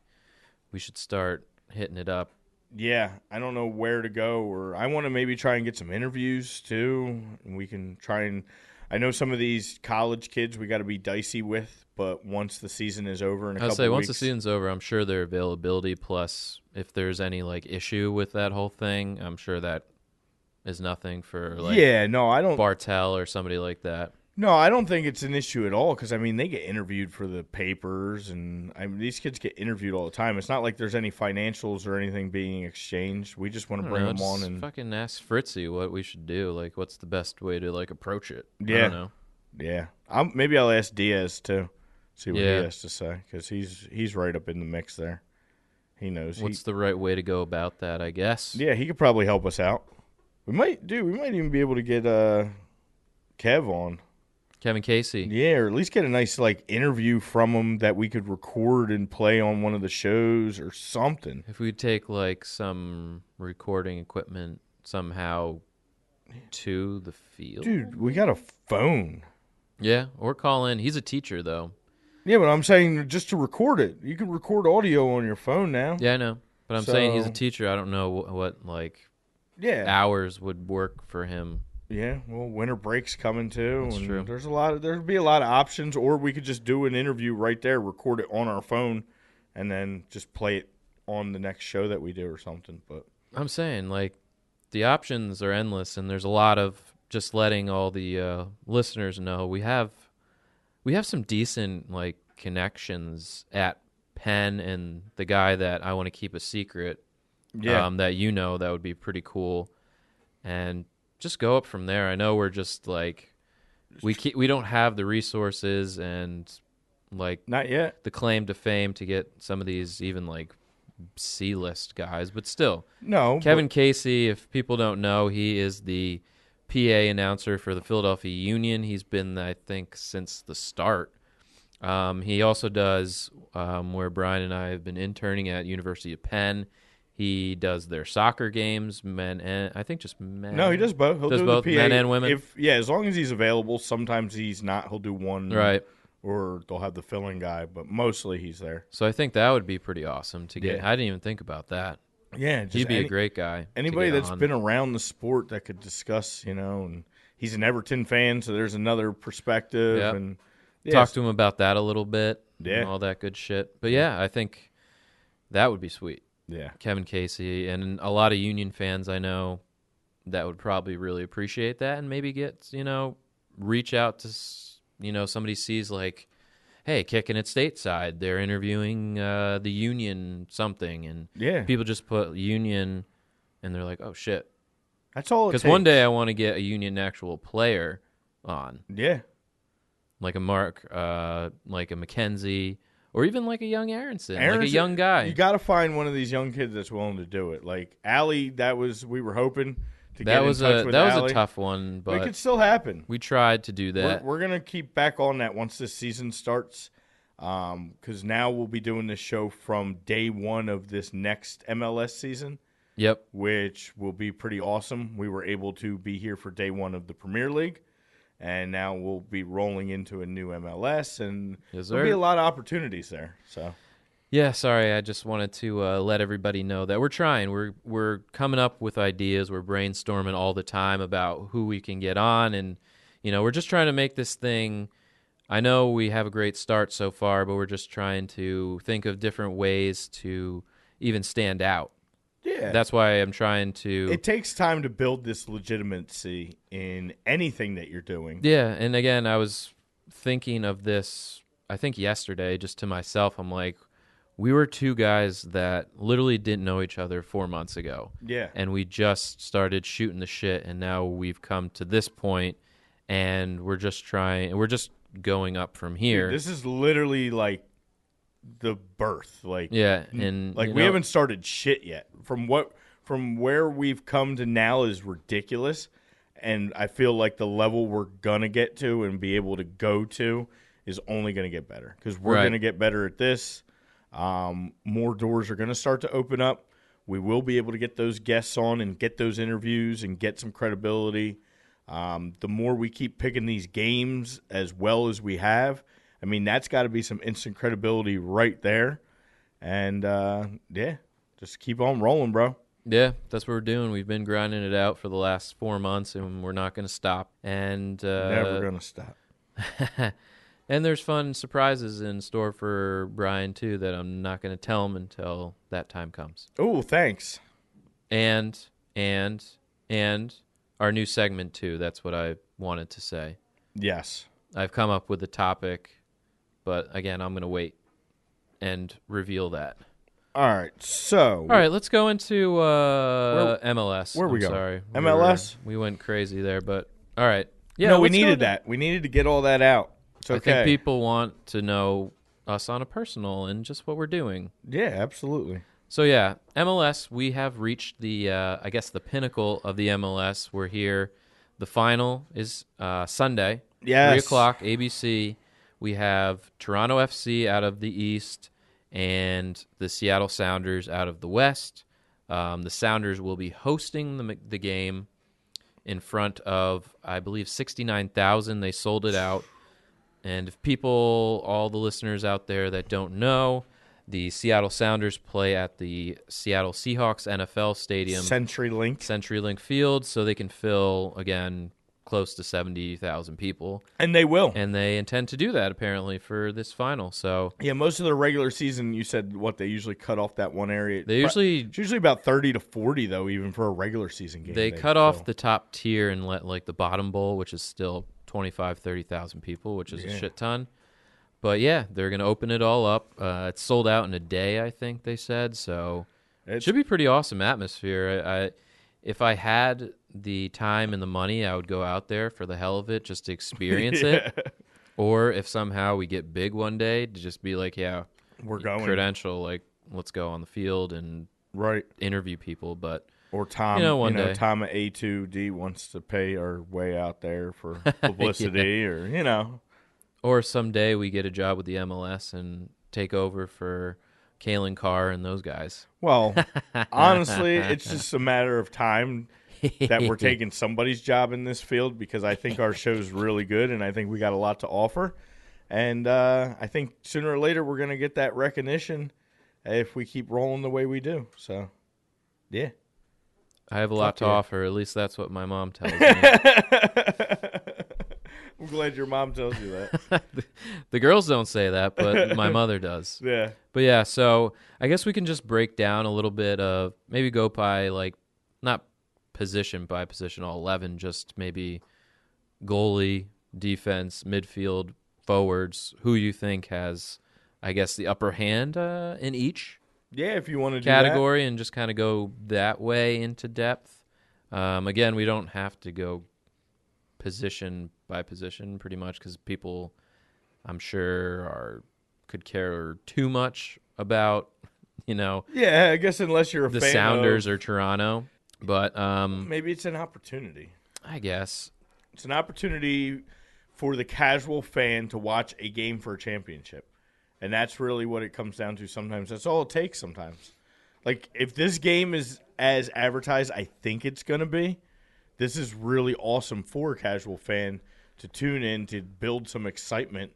A: we should start hitting it up.
B: Yeah, I don't know where to go, or I want to maybe try and get some interviews too, and we can try and. I know some of these college kids we got to be dicey with, but once the season is over in a
A: I'd
B: couple
A: say once the
B: weeks-
A: season's over, I'm sure their availability. Plus, if there's any like issue with that whole thing, I'm sure that is nothing for like
B: yeah, no, I don't.
A: Bartel or somebody like that.
B: No, I don't think it's an issue at all because I mean they get interviewed for the papers, and I mean, these kids get interviewed all the time. It's not like there's any financials or anything being exchanged. We just
A: I
B: want to
A: don't
B: bring
A: know,
B: them
A: just
B: on and
A: fucking ask Fritzy what we should do. Like, what's the best way to like approach it? I
B: Yeah.
A: don't know.
B: yeah, I'm, maybe I'll ask Diaz too, see what
A: Yeah.
B: he has to say because he's he's right up in the mix there. He knows. He,
A: What's the right way to go about that? I guess.
B: yeah, he could probably help us out. We might do. We might even be able to get uh, Kev on.
A: Kevin Casey.
B: Yeah, or at least get a nice like interview from him that we could record and play on one of the shows or something.
A: If we take like some recording equipment somehow to the field.
B: Dude, we got a phone.
A: Yeah, or call in. He's a teacher though.
B: Yeah, but I'm saying just to record it. You can record audio on your phone now.
A: Yeah, I know. But I'm saying he's a
B: So-
A: teacher. I don't know what, what like
B: Yeah.
A: hours would work for him.
B: Yeah, well, winter break's coming too.
A: That's
B: and
A: true.
B: There's a lot of there'd be a lot of options or we could just do an interview right there, record it on our phone and then just play it on the next show that we do or something. But
A: I'm saying like the options are endless and there's a lot of just letting all the uh, listeners know we have we have some decent like connections at Penn and the guy that I want to keep a secret
B: yeah,
A: um, that you know that would be pretty cool and just go up from there i know we're just like we ke- we don't have the resources and like
B: not yet.
A: the claim to fame to get some of these even like c-list guys but still
B: No. but-
A: kevin casey if people don't know he is the PA announcer for the Philadelphia Union. He's been, I think, since the start. Um, he also does um, where Brian and I have been interning at University of Penn. He does their soccer games, men and I think just men.
B: No, he does both. He'll
A: Does
B: do
A: both,
B: the PA.
A: men and women?
B: If yeah, as long as he's available. Sometimes he's not. He'll do one.
A: Right.
B: Or they'll have the filling guy, but mostly he's there.
A: So I think that would be pretty awesome to get.
B: Yeah.
A: I didn't even think about that.
B: Yeah, just
A: He'd be
B: any-
A: a great guy.
B: anybody
A: that's
B: that's been around the sport that could discuss, you know, and he's an Everton fan, so there's another perspective
A: Yep.
B: and yeah,
A: talk to him about that a little bit.
B: Yeah.
A: And all that good shit. But yeah, I think that would be sweet.
B: yeah.
A: Kevin Casey and a lot of Union fans I know that would probably really appreciate that and maybe get, you know, reach out to, s- you know, somebody sees like, hey, kicking it stateside, they're interviewing uh, the Union something. And
B: Yeah.
A: people just put Union and they're like, oh shit.
B: That's all it
A: Because one
B: takes.
A: day I want to get a Union actual player on
B: Yeah.
A: like a Mark, uh, like a McKenzie, or even like a young Aronson, like a
B: Aaron's-
A: young guy.
B: You got to find one of these young kids that's willing to do it. Like Allie, that was we were hoping to get
A: that was
B: in touch
A: a
B: with
A: that was
B: Allie.
A: a tough one,
B: But
A: but
B: it could still happen.
A: we tried to do that.
B: We're, we're gonna keep back on that once this season starts, because now we'll be doing this show from day one of this next MLS season,
A: yep,
B: which will be pretty awesome. We were able to be here for day one of the Premier League, and now we'll be rolling into a new MLS, and
A: Yes,
B: there'll be
A: sir.
B: a lot of opportunities there. So
A: yeah. Sorry, I just wanted to uh, let everybody know that we're trying. We're we're coming up with ideas. We're brainstorming all the time about who we can get on, and you know, we're just trying to make this thing. I know we have a great start so far, but we're just trying to think of different ways to even stand out.
B: yeah,
A: That's why I'm trying to.
B: it takes time to build this legitimacy in anything that you're doing.
A: Yeah, and again, I was thinking of this. I think yesterday, just to myself, I'm like, we were two guys that literally didn't know each other four months ago,
B: Yeah,
A: and we just started shooting the shit, and now we've come to this point, and we're just trying. We're just going up from here.
B: this is literally like the birth. Like
A: yeah, and
B: Mm, Like
A: you
B: we
A: know,
B: haven't started shit yet. From what from where we've come to now is ridiculous, and I feel like the level we're gonna get to and be able to go to is only gonna get better because we're
A: Right.
B: gonna get better at this. Um, more doors are gonna start to open up. We will be able to get those guests on and get those interviews and get some credibility. Um, the more we keep picking these games as well as we have, I mean, that's got to be some instant credibility right there. And uh, yeah, just keep on rolling, bro.
A: Yeah, that's what we're doing. We've been grinding it out for the last four months, and we're not going to stop. And uh,
B: Never gonna stop.
A: And there's fun surprises in store for Brian too that I'm not going to tell him until that time comes.
B: Oh, thanks.
A: And and and our new segment too. That's what I wanted to say.
B: Yes.
A: I've come up with the topic, but again, I'm going to wait and reveal that.
B: All right. So
A: All right, let's go into uh, MLS.
B: where we
A: I'm
B: going?
A: Sorry, We
B: MLS?
A: were- We, went crazy there, but all right. Yeah,
B: no, we
A: let's go
B: needed
A: into-
B: that. We needed to get all that out. It's
A: I
B: okay.
A: think people want to know us on a personal and just what we're doing.
B: yeah, absolutely.
A: So yeah, MLS. We have reached the, uh, I guess, the pinnacle of the MLS. We're here. The final is uh, Sunday,
B: Yes.
A: three o'clock, ABC. We have Toronto FC out of the East and the Seattle Sounders out of the West. Um, the Sounders will be hosting the the game in front of, I believe, sixty nine thousand. They sold it out. And if people, all the listeners out there that don't know, the Seattle Sounders play at the Seattle Seahawks NFL Stadium,
B: Century Link,
A: CenturyLink Field, so they can fill again close to seventy thousand people,
B: and they will.
A: and they intend to do that apparently for this final. So
B: yeah, most of the regular season, you said what they usually cut off that one area.
A: they usually
B: it's usually about thirty to forty though, even for a regular season game.
A: they cut off the top tier and let like the bottom bowl, which is still 25, 30,000 people, which is a shit ton. But yeah, they're going to open it all up. Uh, it's sold out in a day, I think they said. So it
B: It's-
A: should be pretty awesome atmosphere. I, I, if I had the time and the money, I would go out there for the hell of it just to experience it. Or if somehow we get big one day, to just be like, yeah,
B: We're going
A: credential, like let's go on the field and
B: right.
A: interview people, but
B: Or Tom,
A: You
B: you
A: know,
B: know,
A: one day.
B: Tom at A2D wants to pay our way out there for publicity or, you know,
A: Or someday we get a job with the MLS and take over for Kalen Carr and those guys.
B: well, honestly, it's just a matter of time that we're taking somebody's job in this field because I think our show's really good and I think we got a lot to offer. And uh, I think sooner or later we're going to get that recognition if we keep rolling the way we do. So, yeah.
A: I have a lot
B: Fuck
A: to
B: yeah.
A: offer. At least that's what my mom tells me.
B: I'm glad your mom tells you that.
A: the girls don't say that, but my mother does.
B: Yeah.
A: But yeah, so I guess we can just break down a little bit of maybe go by like not position by position all 11, just maybe goalie, defense, midfield, forwards, who you think has I guess the upper hand uh, in each
B: Yeah, if you want to do
A: category and just kind of go that way into depth. Um, again, we don't have to go position by position pretty much because people, I'm sure, are could care too much about you know
B: that. Yeah, I guess unless you're a
A: the
B: fan
A: Sounders
B: of,
A: or Toronto, but um,
B: maybe it's an opportunity.
A: I guess
B: It's an opportunity for the casual fan to watch a game for a championship. And that's really what it comes down to sometimes. That's all it takes sometimes. Like if this game is as advertised, I think it's going to be. This is really awesome for a casual fan to tune in to build some excitement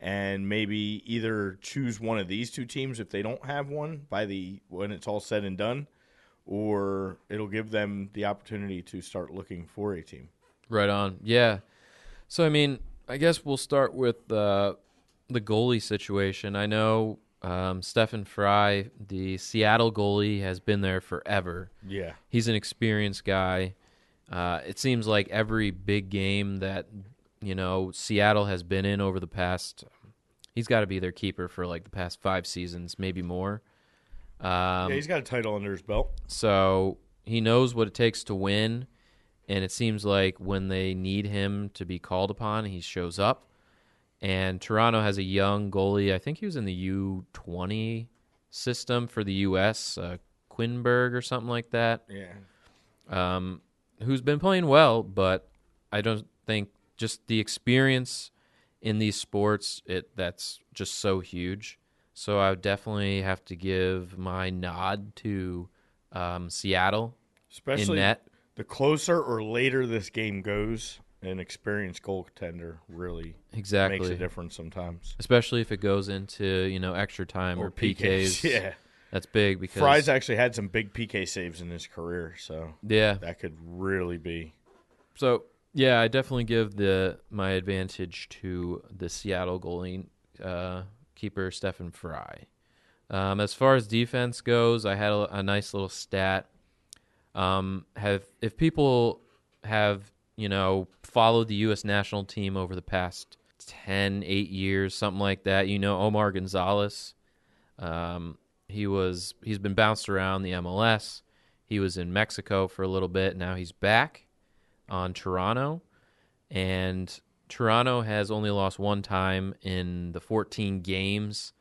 B: and maybe either choose one of these two teams if they don't have one by the when it's all said and done or it'll give them the opportunity to start looking for a team.
A: Right on. Yeah. So I mean, I guess we'll start with uh, the goalie situation. I know um, Stefan Fry, the Seattle goalie, has been there forever.
B: Yeah.
A: He's an experienced guy. Uh, it seems like every big game that you know Seattle has been in over the past, he's got to be their keeper for like the past five seasons, maybe more. Um,
B: yeah, he's got a title under his belt.
A: so he knows what it takes to win, and it seems like when they need him to be called upon, he shows up. And Toronto has a young goalie. I think he was in the U twenty system for the U.S. Uh, Quinberg or something like that
B: Yeah.
A: um, who's been playing well, but I don't think just the experience in these sports it that's just so huge. So I would definitely have to give my nod to um, Seattle
B: Especially
A: in net.
B: the closer or later this game goes, an experienced goaltender really makes a
A: Exactly.
B: difference sometimes.
A: Especially if it goes into you know extra time or, PKs.
B: Yeah.
A: that's big because
B: Fry's actually had some big PK saves in his career, so
A: yeah.
B: that could really be.
A: So yeah, I definitely give the my advantage to the Seattle goalie uh, keeper Stefan Fry. Um, as far as defense goes, I had a, a nice little stat. Um, have if people have you know followed the U.S. national team over the past 10, 8 years, something like that, you know Omar Gonzalez. Um, he was he's been bounced around the MLS. He was in Mexico for a little bit. Now he's back on Toronto, and Toronto has only lost one time in the 14 games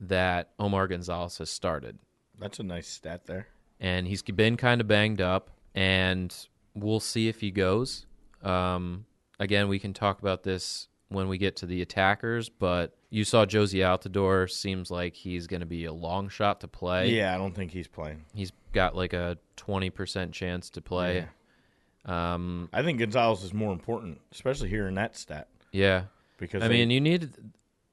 A: that Omar Gonzalez has started,
B: That's a nice stat there.
A: and he's been kind of banged up, and we'll see if he goes. Um, again, we can talk about this when we get to the attackers, but you saw Josie Altador seems like he's going to be a long shot to play
B: Yeah, I don't think he's playing.
A: he's got like a 20% chance to play. Um,
B: I think Gonzalez is more important, especially here in that stat,
A: yeah.
B: because
A: I
B: they-
A: mean, you need,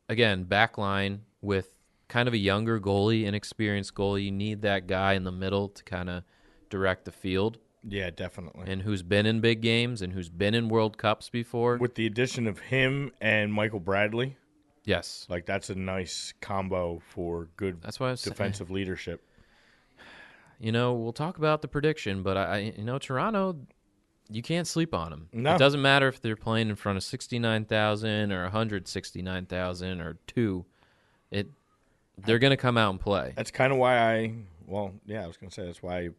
A: again, back line with kind of a younger goalie, inexperienced goalie. You need that guy in the middle to kind of direct the field
B: yeah, definitely.
A: and who's been in big games and who's been in World Cups before.
B: With the addition of him and Michael Bradley,
A: yes.
B: like that's a nice combo for good
A: That's why I was
B: defensive leadership.
A: You know, we'll talk about the prediction, but I, I you know, Toronto, you can't sleep on them.
B: No.
A: It doesn't matter if they're playing in front of sixty nine thousand or one hundred sixty nine thousand or two. It, they're gonna come out and play.
B: That's kind of why I, well, yeah, I was going to say that's why I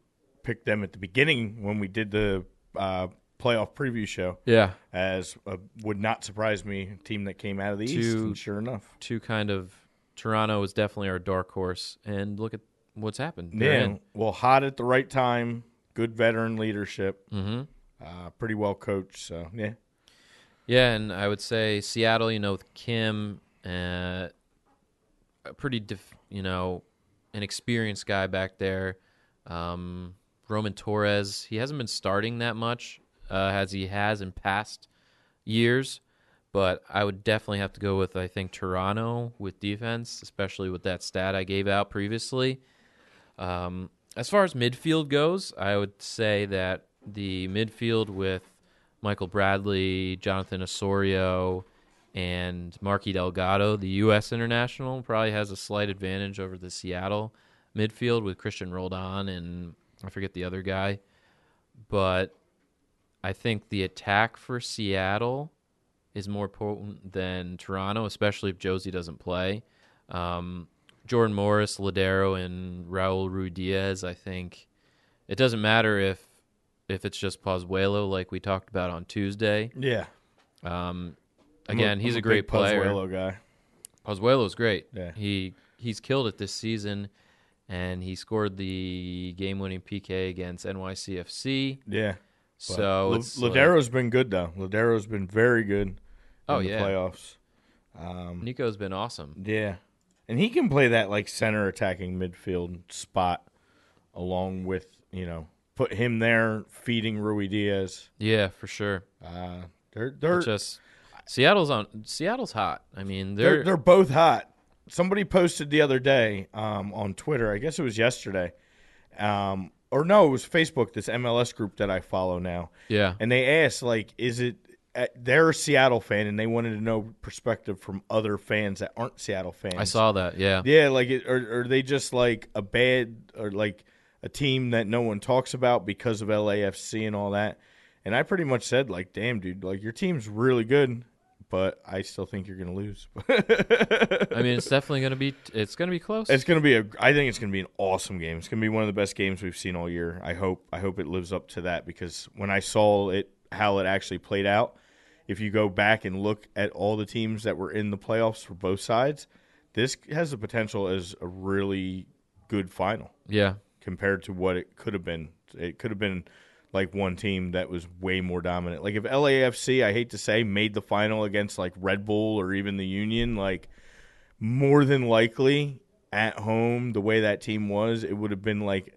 B: picked them at the beginning when we did the uh, playoff preview show,
A: Yeah,
B: as uh would not surprise me a team that came out of the East.
A: To-
B: And sure enough,
A: two kind of Toronto is definitely our dark horse, and look at what's happened. They're
B: yeah,
A: in.
B: well, hot at the right time, good veteran leadership,
A: Mm-hmm.
B: uh, pretty well coached. So yeah,
A: Yeah, and I would say Seattle, you know, with Kim, uh, a pretty, def- you know, an experienced guy back there. Um, Roman Torres, he hasn't been starting that much uh, as he has in past years, but I would definitely have to go with, I think, Toronto with defense, especially with that stat I gave out previously. Um, as far as midfield goes, I would say that the midfield with Michael Bradley, Jonathan Osorio, and Marky Delgado, the U.S. international, probably has a slight advantage over the Seattle midfield with Christian Roldan and I forget the other guy. But I think the attack for Seattle is more potent than Toronto, especially if Josie doesn't play. Um, Jordan Morris, Ladero, and Raul Ruiz Diaz. I think it doesn't matter if if it's just Pozuelo, like we talked about on Tuesday.
B: yeah.
A: Um,
B: I'm
A: again,
B: I'm
A: he's a,
B: big
A: great player.
B: Pozuelo guy.
A: Pozuelo's great.
B: Yeah.
A: He he's killed it this season, and he scored the game-winning PK against NYCFC.
B: Yeah. But
A: So
B: L-
A: it's like-
B: Ladero's been good though. Ladero's been very good.
A: Oh,
B: in the
A: yeah.
B: playoffs. Um,
A: Nico's been awesome.
B: yeah, and he can play that like center attacking midfield spot, along with you know put him there feeding Rui Diaz.
A: Yeah, for sure.
B: Uh, they're
A: It's
B: they're
A: just Seattle's on. Seattle's hot. I mean,
B: they're they're both hot. Somebody posted the other day um, on Twitter, I guess it was yesterday, um, or no, it was Facebook. This MLS group that I follow now,
A: yeah.
B: and they asked like, is it? Uh, they're a Seattle fan, and they wanted to know perspective from other fans that aren't Seattle fans.
A: I saw that. Yeah.
B: Yeah, like, it, are, are they just like a bad or like a team that no one talks about because of LAFC and all that? And I pretty much said, like, damn, dude, like your team's really good, but I still think you're gonna lose.
A: I mean, it's definitely gonna be. It's gonna be close.
B: it's gonna be a. I think it's gonna be an awesome game. It's gonna be one of the best games we've seen all year. I hope. I hope it lives up to that because when I saw it, how it actually played out, if you go back and look at all the teams that were in the playoffs for both sides, this has the potential as a really good final
A: yeah.
B: compared to what it could have been. It could have been like one team that was way more dominant. Like if LAFC, I hate to say, made the final against like Red Bull or even the Union, like more than likely at home, the way that team was, it would have been like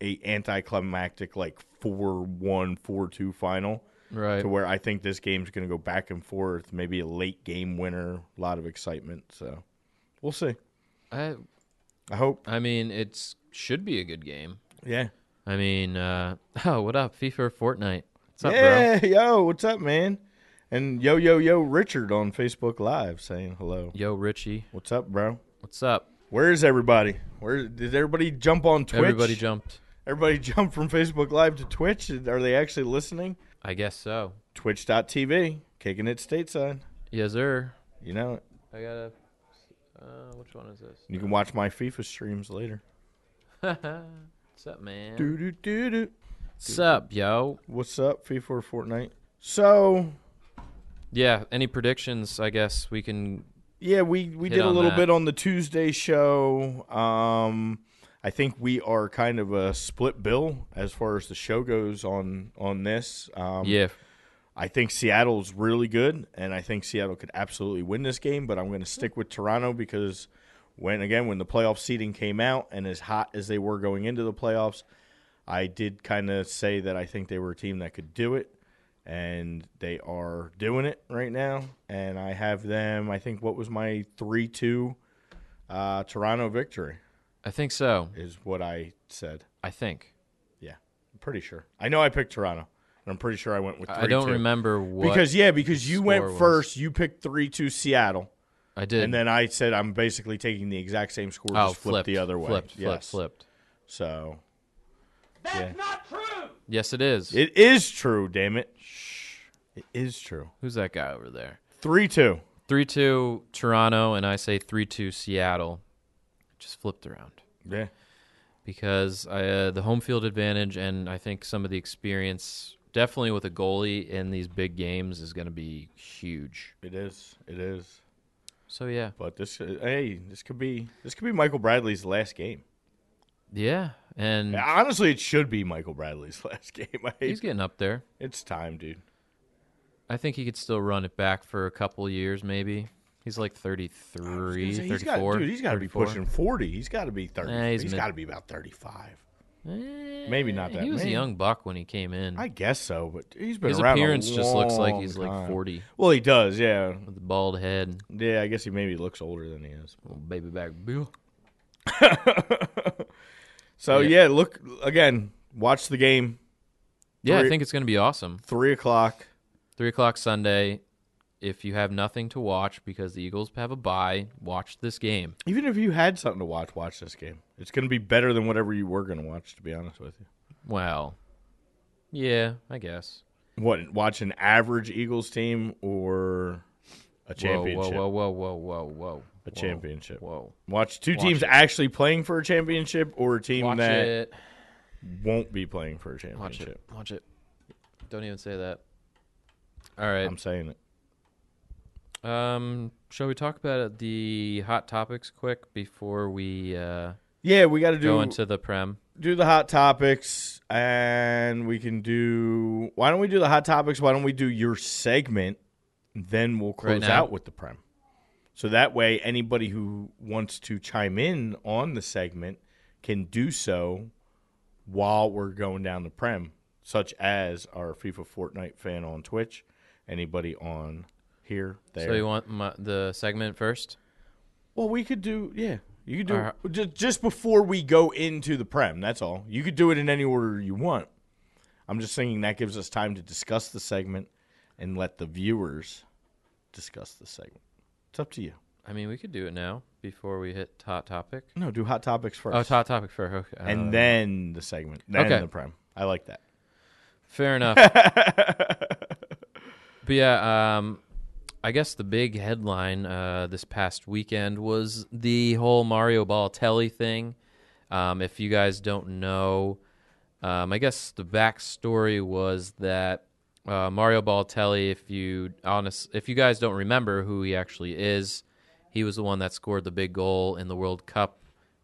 B: a anticlimactic like 4-1, 4-2 final
A: Right.
B: to where I think this game's going to go back and forth, maybe a late game winner, a lot of excitement, so we'll see.
A: I
B: I hope.
A: I mean, it's should be a good game.
B: Yeah.
A: I mean, uh, oh, what up, FIFA or Fortnite? What's up, bro?
B: yeah, yo, what's up, man? And yo, yo, yo, Richard on Facebook Live saying hello.
A: Yo, Richie,
B: What's up, bro?
A: what's up?
B: Where is everybody? Where did everybody jump on Twitch?
A: Everybody jumped.
B: Everybody jumped from Facebook Live to Twitch. Are they actually listening?
A: I guess so.
B: Twitch.tv, kicking it stateside.
A: Yes, sir.
B: You know it.
A: I gotta. Uh, which one is this?
B: You can watch my FIFA streams later.
A: what's up, man?
B: Doo doo doo doo.
A: What's up, yo?
B: What's up, FIFA or Fortnite? So
A: Yeah. Any predictions? I guess we can.
B: Yeah, we we
A: Hit
B: did a
A: on
B: little
A: that.
B: bit on the Tuesday show. Um, I think we are kind of a split bill as far as the show goes on on this. Um,
A: yeah.
B: I think Seattle's really good, and I think Seattle could absolutely win this game. But I'm going to stick with Toronto because when again when the playoff seeding came out and as hot as they were going into the playoffs, I did kind of say that I think they were a team that could do it, and they are doing it right now. And I have them. I think what was my three-two uh, Toronto victory
A: I think so.
B: is what I said.
A: I think.
B: Yeah, I'm pretty sure. I know I picked Toronto, and I'm pretty sure I went with. 3
A: I don't remember what
B: because yeah, because you went
A: score was.
B: first. You picked three two Seattle,
A: I did.
B: and then I said I'm basically taking the exact same score,
A: oh,
B: just flipped, the other way.
A: Flipped. Flipped.
B: Yes.
A: Flipped.
B: So
A: Yes, it is.
B: it is true. Damn it, it is true.
A: Who's that guy over there?
B: Three two.
A: Three two Toronto, and I say three two Seattle. Just flipped around
B: Yeah,
A: because I, uh, the home field advantage, and I think some of the experience, definitely with a goalie in these big games, is going to be huge.
B: it is. It is. uh,
A: So yeah,
B: But this, hey, this could be this could be Michael Bradley's last game.
A: yeah, And
B: Honestly, it should be Michael Bradley's last game. I
A: he's
B: hate,
A: getting up there.
B: it's time, dude.
A: I think he could still run it back for a couple of years, maybe. He's like 33,
B: So he's got,
A: 34.
B: dude, he's got to be
A: 34.
B: pushing 40. He's got to be 30.
A: Nah, he's
B: he's
A: mid-
B: got to be about 35.
A: Eh,
B: Maybe not that
A: He was
B: many.
A: a young buck when he came in.
B: I guess so, but he's been
A: His
B: around a
A: appearance just looks like
B: long
A: he's
B: time.
A: like 40
B: Well, he does, yeah.
A: with a bald head.
B: Yeah, I guess he maybe looks older than he is.
A: Little baby back bill.
B: So,
A: Yeah.
B: yeah, look, again, watch the game.
A: Yeah, I
B: Three-
A: think it's going to be awesome.
B: 3 o'clock.
A: Three o'clock Sunday. If you have nothing to watch because the Eagles have a bye, watch this game.
B: Even if you had something to watch, watch this game. It's going to be better than whatever you were going to watch, to be honest with you.
A: Well, yeah, I guess.
B: What, watch an average Eagles team or a championship?
A: Whoa, whoa, whoa, whoa, whoa, whoa, whoa.
B: A championship.
A: Whoa.
B: Watch two
A: Watch
B: teams
A: it.
B: actually playing for a championship or a team
A: Watch
B: that
A: it.
B: won't be playing for a
A: Watch
B: championship.
A: it. Watch it. Don't even say that. All right.
B: I'm saying it.
A: Um, shall we talk about the hot topics quick before we uh,
B: Yeah, we got to do
A: go into the prem?
B: do the hot topics, and we can do. Why don't we do the hot topics? Why don't we do your segment? Then we'll close
A: now?
B: out with the prem. So that way, anybody who wants to chime in on the segment can do so while we're going down the prem, such as our FIFA Fortnite fan on Twitch, anybody on here, there.
A: So you want my, the segment first?
B: Well, we could do yeah. You could do
A: All
B: just just before we go into the prem. That's all. You could do it in any order you want. I'm just thinking that gives us time to discuss the segment and let the viewers discuss the segment. It's up to you.
A: I mean, we could do it now before we hit hot topic.
B: No, do hot topics first,
A: Oh, hot topic first. Okay. Uh,
B: and then the segment, then
A: Okay.
B: the prem. I like that.
A: Fair enough. but yeah, um, I guess the big headline uh, this past weekend was the whole Mario Balotelli thing. Um, if you guys don't know, um, I guess the backstory was that uh, Mario Balotelli, if you honest, if you guys don't remember who he actually is, he was the one that scored the big goal in the World Cup.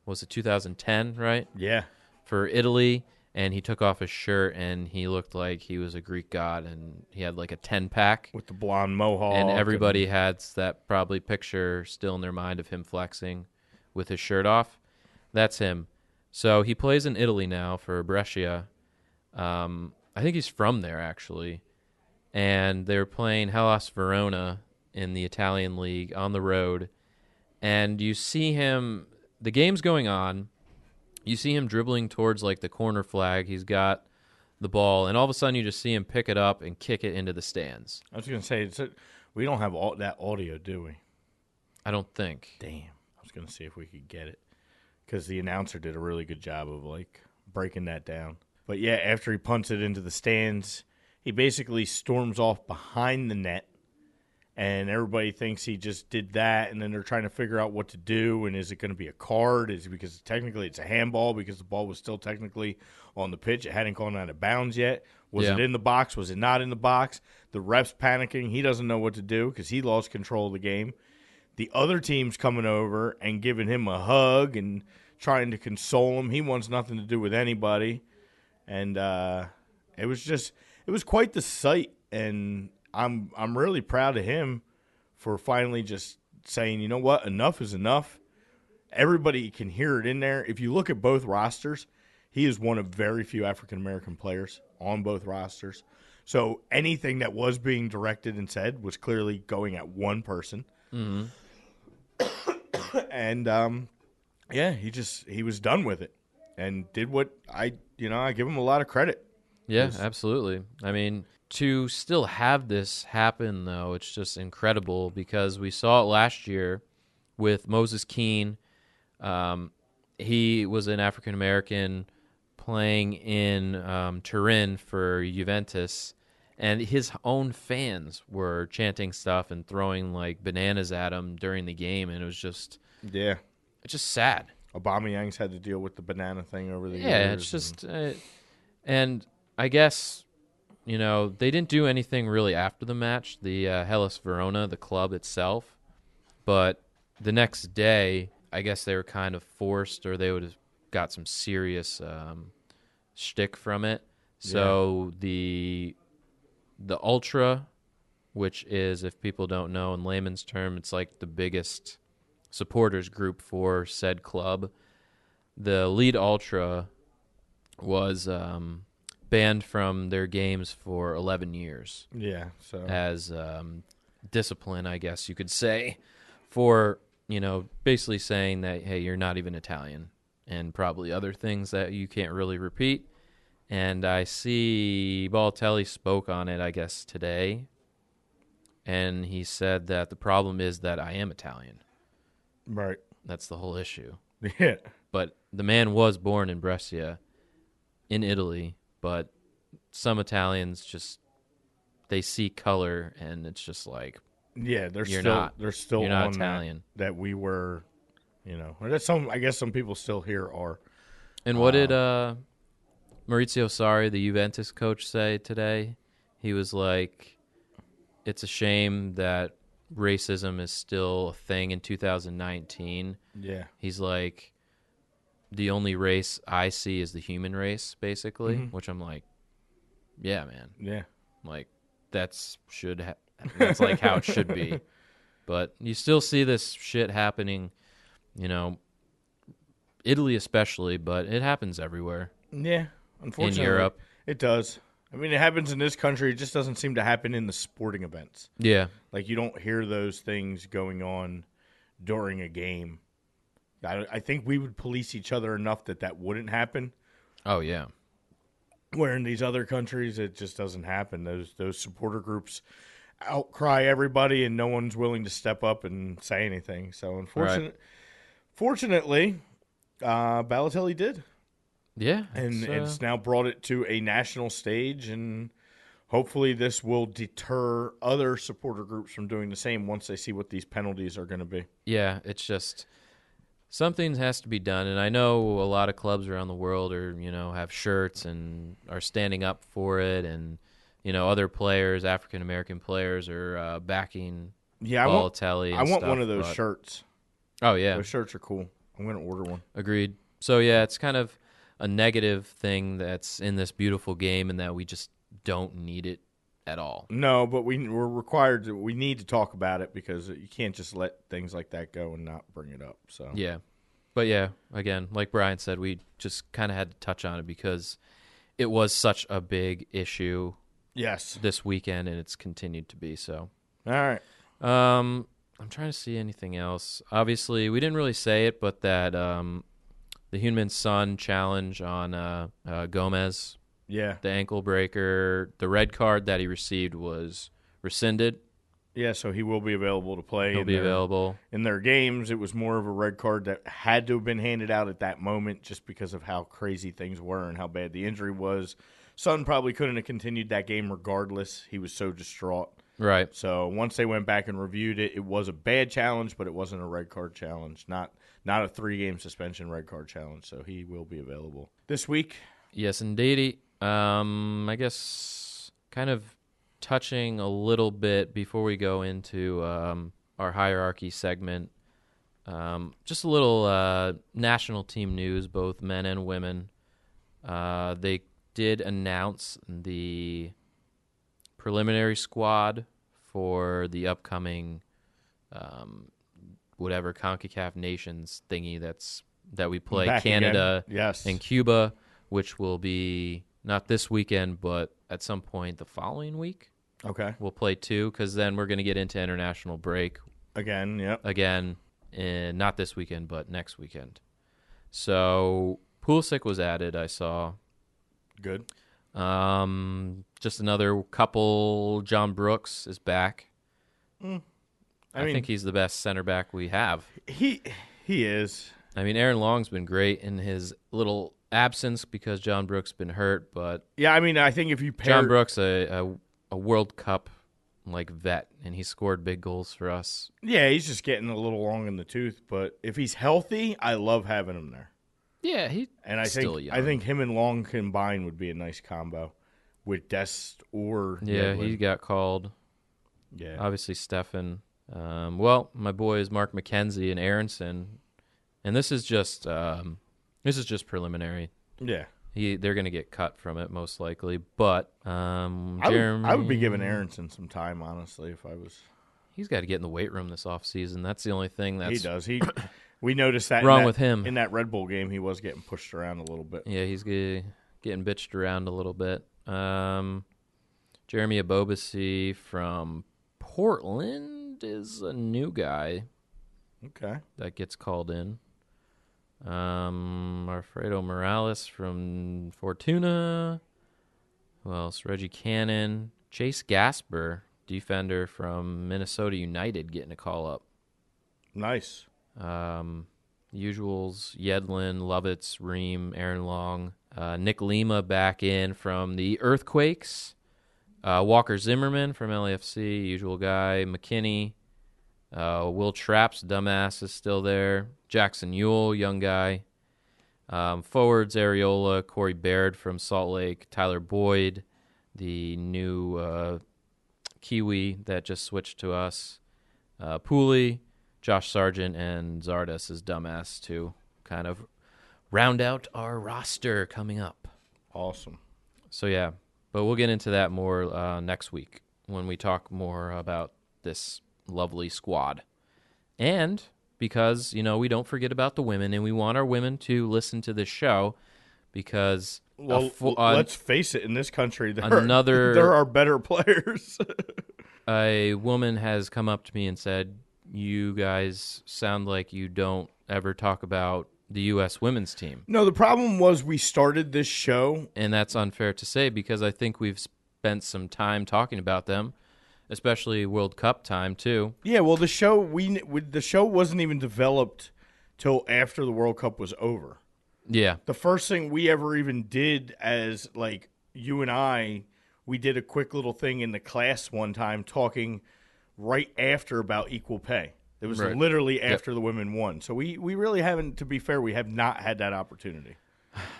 A: Was it 2010? Right
B: Yeah,
A: for Italy, and he took off his shirt and he looked like he was a Greek god, and he had like a ten pack,
B: with the blonde mohawk
A: and everybody had that probably picture still in their mind of him flexing with his shirt off. That's him. So he plays in Italy now for Brescia. Um, I think he's from there actually, and they were playing Hellas Verona in the Italian league on the road, and you see him. The game's going on you see him dribbling towards like the corner flag. He's got the ball, and all of a sudden you just see him pick it up and kick it into the stands.
B: I was gonna say it's a, we don't have all that audio, do we?
A: I don't think.
B: Damn. I was going to see if we could get it because the announcer did a really good job of like breaking that down. But yeah, after he punts it into the stands, he basically storms off behind the net. And everybody thinks he just did that, and then they're trying to figure out what to do. And is it going to be a card? Is it because technically it's a handball because the ball was still technically on the pitch? It hadn't gone out of bounds yet. Was
A: Yeah.
B: it in the box? Was it not in the box? The ref's panicking. He doesn't know what to do because he lost control of the game the other team's coming over and giving him a hug and trying to console him. He wants nothing to do with anybody. And uh, it was just it was quite the sight and I'm I'm really proud of him for finally just saying, you know what, enough is enough. Everybody can hear it in there. If you look at both rosters, he is one of very few African American players on both rosters. So anything that was being directed and said was clearly going at one person and um, yeah, he just he was done with it and did what I you know I give him a lot of credit.
A: Yeah, absolutely. I mean, to still have this happen though, it's just incredible because we saw it last year with Moses Keene. Um, he was an African American playing in um, Turin for Juventus, and his own fans were chanting stuff and throwing like bananas at him during the game, and it was just
B: Yeah,
A: it's just sad.
B: Obama Yang's had to deal with the banana thing over the years.
A: Yeah, it's just, uh, and I guess you know they didn't do anything really after the match. The uh, Hellas Verona, the club itself, but the next day, I guess they were kind of forced, or they would have got some serious um, shtick from it. So the the ultra, which is if people don't know in layman's term, it's like the biggest supporters group for said club. The lead ultra was um, banned from their games for 11 years
B: Yeah. So
A: as um, discipline, I guess you could say, for you know basically saying that hey, you're not even Italian, and probably other things that you can't really repeat. And I see Baltelli spoke on it, I guess today, and he said that the problem is that I am Italian.
B: right.
A: That's the whole issue.
B: Yeah.
A: But the man was born in Brescia, in Italy. But some Italians just they see color, and it's just like
B: Yeah. They're
A: You're
B: still
A: not-
B: they're still
A: you're not
B: on that-
A: Italian.
B: That, we were, you know. Or that some I guess some people still here are.
A: And what did uh, Maurizio Sarri, the Juventus coach, say today? He was like, "It's a shame that racism is still a thing in 2019."
B: Yeah.
A: He's like, "The only race I see is the human race, basically," which I'm like, "Yeah, man,
B: Yeah.
A: like that's should ha- that's like how it should be." But you still see this shit happening, you know, Italy especially, but it happens everywhere.
B: Yeah. Unfortunately,
A: Europe.
B: it does. I mean, it happens in this country. It just doesn't seem to happen in the sporting events.
A: Yeah.
B: Like you don't hear those things going on during a game. I, I think we would police each other enough that that wouldn't happen.
A: Oh yeah.
B: Where in these other countries, it just doesn't happen. Those those supporter groups outcry everybody, and no one's willing to step up and say anything. So, unfortunately, fortunately, uh, Balotelli did,
A: Yeah.
B: and
A: it's, uh,
B: it's now brought it to a national stage, and hopefully, this will deter other supporter groups from doing the same once they see what these penalties are going to be.
A: yeah, it's just something has to be done and I know a lot of clubs around the world are, you know, have shirts and are standing up for it and you know, other players, African American players are uh, backing
B: Yeah, I want,
A: Balotelli.
B: I
A: and
B: want
A: stuff,
B: one of those
A: but-
B: shirts.
A: Oh yeah.
B: Those shirts are cool. I'm going to order one.
A: Agreed. So yeah, it's kind of a negative thing that's in this beautiful game and that we just don't need it at all.
B: No, but we we're required to. We need to talk about it because you can't just let things like that go and not bring it up. So
A: Yeah. But yeah, again, like Brian said, we just kind of had to touch on it because it was such a big issue
B: yes.
A: this weekend and it's continued to be so.
B: All right.
A: Um I'm trying to see anything else. Obviously, we didn't really say it, but that um the Human Sun challenge on uh, uh Gomez,
B: Yeah.
A: the ankle breaker, the red card that he received was rescinded.
B: Yeah. So he will be available to play.
A: He'll
B: in
A: be
B: their,
A: available.
B: in their games. It was more of a red card that had to have been handed out at that moment, just because of how crazy things were and how bad the injury was. Son probably couldn't have continued that game regardless. He was so distraught.
A: Right.
B: So once they went back and reviewed it, it was a bad challenge, but it wasn't a red card challenge. Not not a three game suspension red card challenge. So he will be available this week.
A: Yes, indeedy. Um, I guess kind of touching a little bit before we go into um, our hierarchy segment. Um, just a little uh, national team news, both men and women. Uh, they did announce the preliminary squad for the upcoming um, whatever CONCACAF Nations thingy that's that we play
B: Back again.
A: Canada
B: yes,
A: and Cuba, which will be not this weekend, but at some point the following week.
B: okay.
A: We'll play two because then we're going to get into international break
B: Again, yep.
A: again, in, not this weekend, but next weekend. So Pulisic was added, I saw.
B: Good.
A: Um, just another couple. John Brooks is back.
B: I
A: I,
B: mean-
A: think he's the best center back we have.
B: He he is.
A: I mean, Aaron Long's been great in his little absence because John Brooks been hurt, but
B: Yeah, I mean, I think if you pair
A: John Brooks, a, a a World Cup like vet, and he scored big goals for us.
B: yeah, he's just getting a little long in the tooth. But if he's healthy, I love having him there.
A: Yeah, he
B: And I
A: still
B: think
A: young.
B: I think him and Long combined would be a nice combo with Dest or
A: yeah
B: Nedved.
A: he got called.
B: yeah.
A: Obviously, Stefan. Um, well, my boys Mark McKenzie and Aronson, and this is just um, This is just preliminary.
B: Yeah.
A: He they're going to get cut from it most likely, but um,
B: I would,
A: Jeremy,
B: I would be giving Aronson some time, honestly, if I was.
A: He's got to get in the weight room this offseason. That's the only thing that's
B: he does. He. We noticed that in
A: Wrong
B: that-
A: with him.
B: in that Red Bull game. He was getting pushed around a little bit.
A: Yeah, he's ge- getting bitched around a little bit. Um, Jeremy Abobasi from Portland is a new guy
B: Okay.
A: that gets called in. Um, Alfredo Morales from Fortuna. Who else? Reggie Cannon. Chase Gasper, defender from Minnesota United, getting a call up.
B: Nice.
A: Um, usuals Yedlin, Lovitz, Ream, Aaron Long, uh, Nick Lima back in from the Earthquakes, uh, Walker Zimmerman from LAFC, usual guy, McKinney, uh, Will Traps, dumbass, is still there, Jackson Ewell, young guy, um, forwards Areola, Corey Baird from Salt Lake, Tyler Boyd, the new uh, Kiwi that just switched to us uh, Pooley, Josh Sargent, and Zardes is dumbass to kind of round out our roster coming up.
B: Awesome.
A: So yeah, but we'll get into that more uh, next week when we talk more about this lovely squad, and because you know we don't forget about the women, and we want our women to listen to this show because a
B: Well,
A: fu-
B: l-
A: a-
B: let's face it. In this country, there
A: Another-
B: are, there are better players.
A: a woman has come up to me and said, "You guys sound like you don't ever talk about the U.S. women's team,"
B: no, the problem was we started this show.
A: and that's unfair to say because I think we've spent some time talking about them, especially World Cup time too.
B: Yeah. Well, the show we with the show wasn't even developed till after the World Cup was over.
A: Yeah,
B: the first thing we ever even did as like you and I, we did a quick little thing in the class one time talking right after about equal pay. It was
A: Right.
B: literally after the women won. So we we really haven't to be fair, we have not had that opportunity.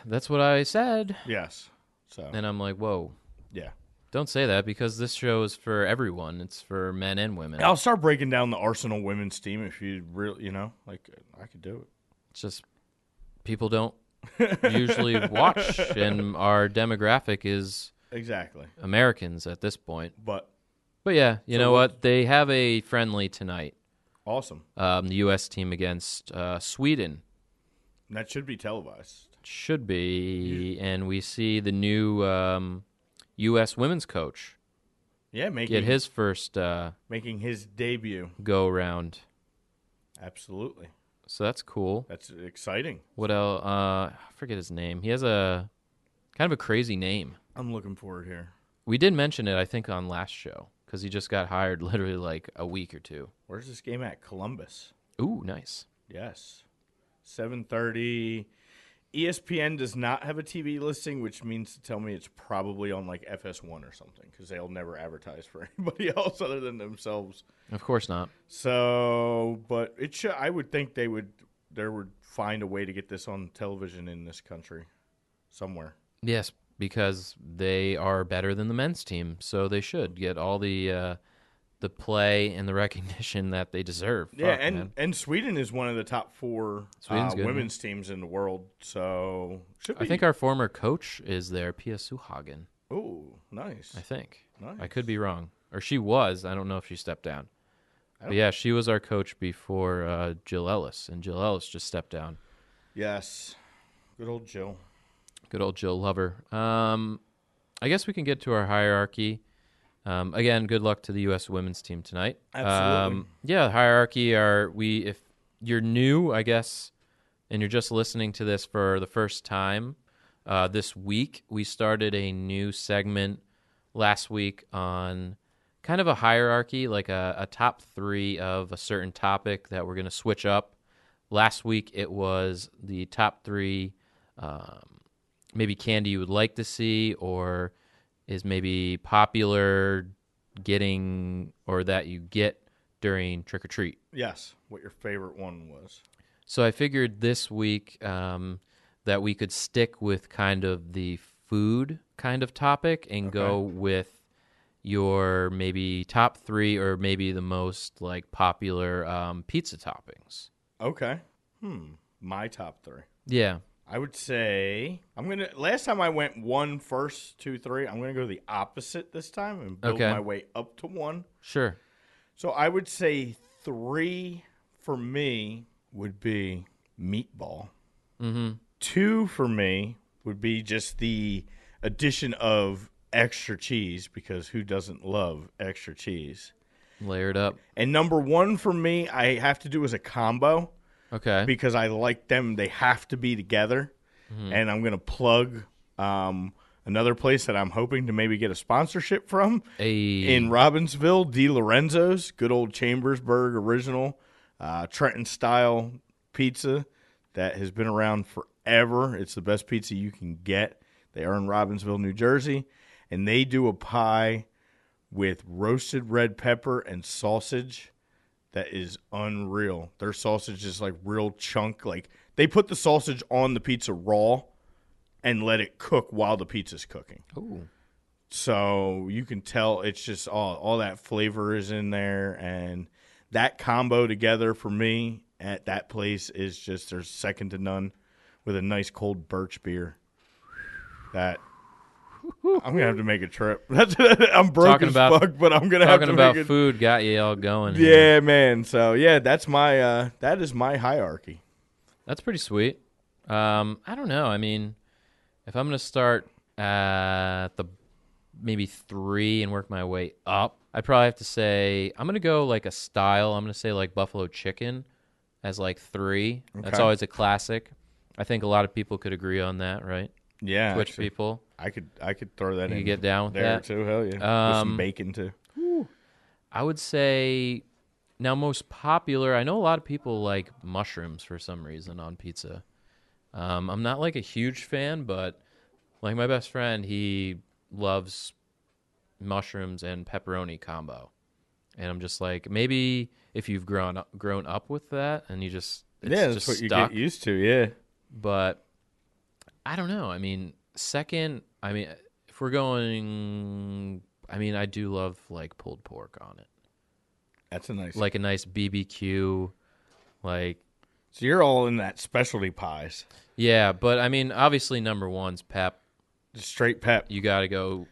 A: that's what I said,
B: Yes. So
A: and I'm like, "Whoa."
B: yeah.
A: Don't say that because this show is for everyone. It's for men and women.
B: I'll start breaking down the Arsenal women's team if you really, you know, like I could do it.
A: It's just people don't usually watch, and our demographic is
B: Exactly.
A: Americans at this point.
B: But
A: But yeah, you know what? They have a friendly tonight.
B: awesome.
A: Um, the U.S. team against uh, Sweden
B: And that should be televised.
A: should be, and we see the new um, U.S. women's coach
B: Yeah, making
A: get his first uh,
B: making his debut.
A: go round.
B: Absolutely.
A: So that's cool.
B: That's exciting.
A: What else? Uh, I forget his name. He has a kind of a crazy name.
B: I'm looking forward here.
A: We did mention it, I think, on last show because he just got hired literally like a week or two.
B: Where's this game at? Columbus.
A: Ooh, nice.
B: Yes. E 7:30. ESPN does not have a TV listing, which means to tell me it's probably on like FS1 or something cuz they'll never advertise for anybody else other than themselves.
A: Of course not.
B: So, but it should I would think they would there would find a way to get this on television in this country somewhere.
A: Yes, because they are better than the men's team, so they should get all the uh, the play and the recognition that they deserve.
B: Yeah,
A: Fuck,
B: and
A: man.
B: and Sweden is one of the top 4 uh,
A: Sweden's good, man.
B: women's teams in the world. So, should
A: I
B: be
A: think our former coach is there, Pia Suhagen.
B: Oh, nice.
A: I think I
B: Nice.
A: could be wrong, or she was. I don't know if she stepped down. But
B: don't-
A: yeah, she was our coach before uh, Jill Ellis, and Jill Ellis just stepped down.
B: Yes. Good old Jill.
A: Good old Jill Lover. Um, I guess we can get to our hierarchy. Um, again, good luck to the U.S. women's team tonight.
B: Absolutely.
A: Um, yeah, hierarchy are we. If you're new, I guess, and you're just listening to this for the first time uh, this week, we started a new segment last week on kind of a hierarchy, like a, a top three of a certain topic that we're going to switch up. Last week, it was the top three um, maybe candy you would like to see or is maybe popular getting or that you get during trick or treat.
B: Yes, what your favorite one was.
A: So I figured this week um, that we could stick with kind of the food kind of topic and go with your maybe top three or maybe the most like popular um, pizza toppings.
B: Okay. Hmm. My top three.
A: Yeah.
B: I would say I'm gonna. Last time I went one first, two, three. I'm gonna go the opposite this time and build
A: Okay.
B: my way up to one.
A: Sure.
B: So I would say three for me would be meatball.
A: Mhm.
B: Two for me would be just the addition of extra cheese because who doesn't love extra cheese?
A: Layered up.
B: And number one for me, I have to do as a combo
A: Okay.
B: because I like them. They have to be together. And I'm going to plug um, another place that I'm hoping to maybe get a sponsorship from
A: a
B: in Robbinsville, Di Lorenzo's, good old Chambersburg original, uh, Trenton style pizza that has been around forever. It's the best pizza you can get. They are in Robbinsville, New Jersey, and they do a pie with roasted red pepper and sausage that is unreal. Their sausage is like real chunk. Like they put the sausage on the pizza raw and let it cook while the pizza's cooking
A: Ooh.
B: so you can tell it's just all all that flavor is in there and that combo together for me at that place is just there's second to none with a nice cold birch beer that I'm gonna have to make a trip. That's I'm broke
A: Talking
B: as
A: about-
B: fuck, but I'm gonna have
A: talking
B: to
A: about
B: make it.
A: food got you all going. here.
B: Yeah, man. So yeah, that's my uh that is my hierarchy.
A: That's pretty sweet. Um, I don't know. I mean, if I'm gonna start at the maybe three and work my way up, I'd probably have to say I'm gonna go like a style. I'm gonna say like buffalo chicken as like three. That's
B: Okay.
A: always a classic. I think a lot of people could agree on that, right?
B: Yeah,
A: Twitch
B: actually,
A: people.
B: I could I could throw that
A: You
B: in.
A: get down with
B: there
A: that?
B: too. Hell yeah, with some
A: Um,
B: bacon too.
A: I would say now most popular. I know a lot of people like mushrooms for some reason on pizza. Um, I'm not like a huge fan, but like my best friend, he loves mushrooms and pepperoni combo, and I'm just like maybe if you've grown up, grown up with that and you just it's
B: Yeah, that's
A: just
B: what you
A: stuck,
B: get used to. Yeah.
A: but I don't know. I mean, second, I mean, if we're going, I mean, I do love like pulled pork on it
B: That's a nice
A: like a nice BBQ, like
B: So you're all in that specialty pies,
A: yeah. But I mean, obviously, number one's pep.
B: just straight pep.
A: You got to go.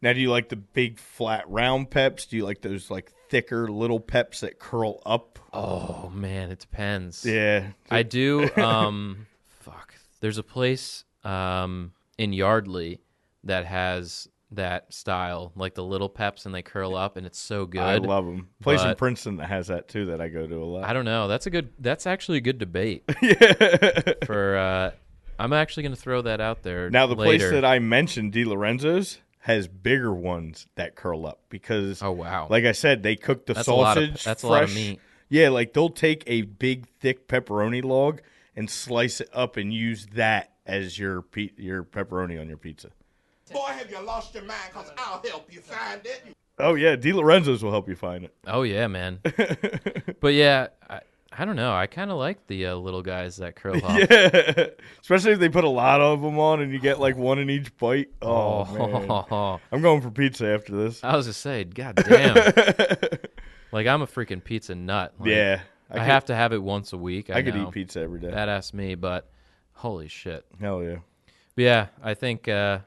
B: Now, do you like the big flat round peps? Do you like those like thicker little peps that curl up?
A: Oh man, it depends.
B: Yeah,
A: I do. Um, fuck. There's a place um in Yardley that has that style, like the little peps, and they curl up, and it's so good.
B: I love them. Place in
A: but-
B: Princeton that has that too that I go to a lot.
A: I don't know. That's a good. That's actually a good debate. For uh, I'm actually gonna throw that out there.
B: now the
A: later.
B: place that I mentioned, Di Lorenzo's, has bigger ones that curl up because
A: oh wow,
B: Like I said, they cook the
A: That's a lot of-
B: sausage.
A: that's a
B: fresh.
A: lot of meat.
B: Yeah, like they'll take a big thick pepperoni log and slice it up and use that as your pe- your pepperoni on your pizza.
D: Boy, have you lost your mind, because I'll help you find it.
B: Oh yeah, Di Lorenzo's will help you find it.
A: Oh yeah, man. but yeah, I, I don't know. I kind of like the uh, little guys that curl up.
B: Especially if they put a lot of them on and you get like one in each bite. Oh, man.
A: Oh,
B: I'm going for pizza after this.
A: I was just saying, god damn. like I'm a freaking pizza nut. Like,
B: yeah,
A: I,
B: could,
A: have to have it once a week. I,
B: I could
A: know.
B: eat pizza every day.
A: That ass me, but holy shit.
B: Hell yeah.
A: But yeah, I think. Uh,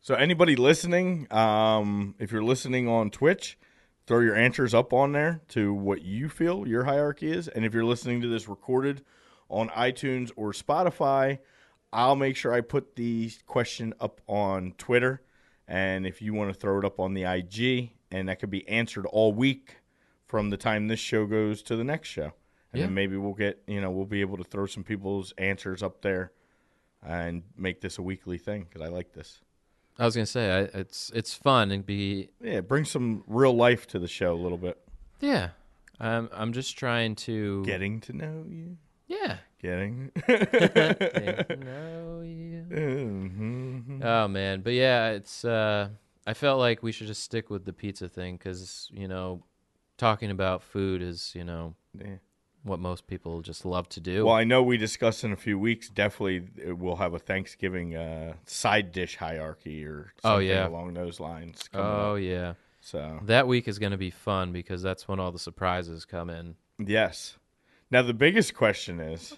B: So anybody listening, um, if you're listening on Twitch, throw your answers up on there to what you feel your hierarchy is. And if you're listening to this recorded on iTunes or Spotify, I'll make sure I put the question up on Twitter. And if you want to throw it up on the IG, and that could be answered all week from the time this show goes to the next show. And
A: Yeah.
B: then maybe we'll get, you know, we'll be able to throw some people's answers up there and make this a weekly thing because I like this.
A: I was gonna say I, it's it's fun and be
B: Yeah, bring some real life to the show a little bit.
A: yeah. I'm I'm just trying to
B: Getting to know you.
A: yeah.
B: Getting.
A: Get to know you.
B: Mm-hmm.
A: Oh man, but yeah, it's. Uh, I felt like we should just stick with the pizza thing because you know, talking about food is you know
B: Yeah.
A: what most people just love to do.
B: Well, I know we discussed in a few weeks. Definitely, uh, we'll have a Thanksgiving uh, side dish hierarchy or
A: Oh,
B: something
A: yeah.
B: along those lines. coming up.
A: oh yeah,
B: So
A: that week is gonna be fun because that's when all the surprises come in.
B: yes. Now the biggest question is,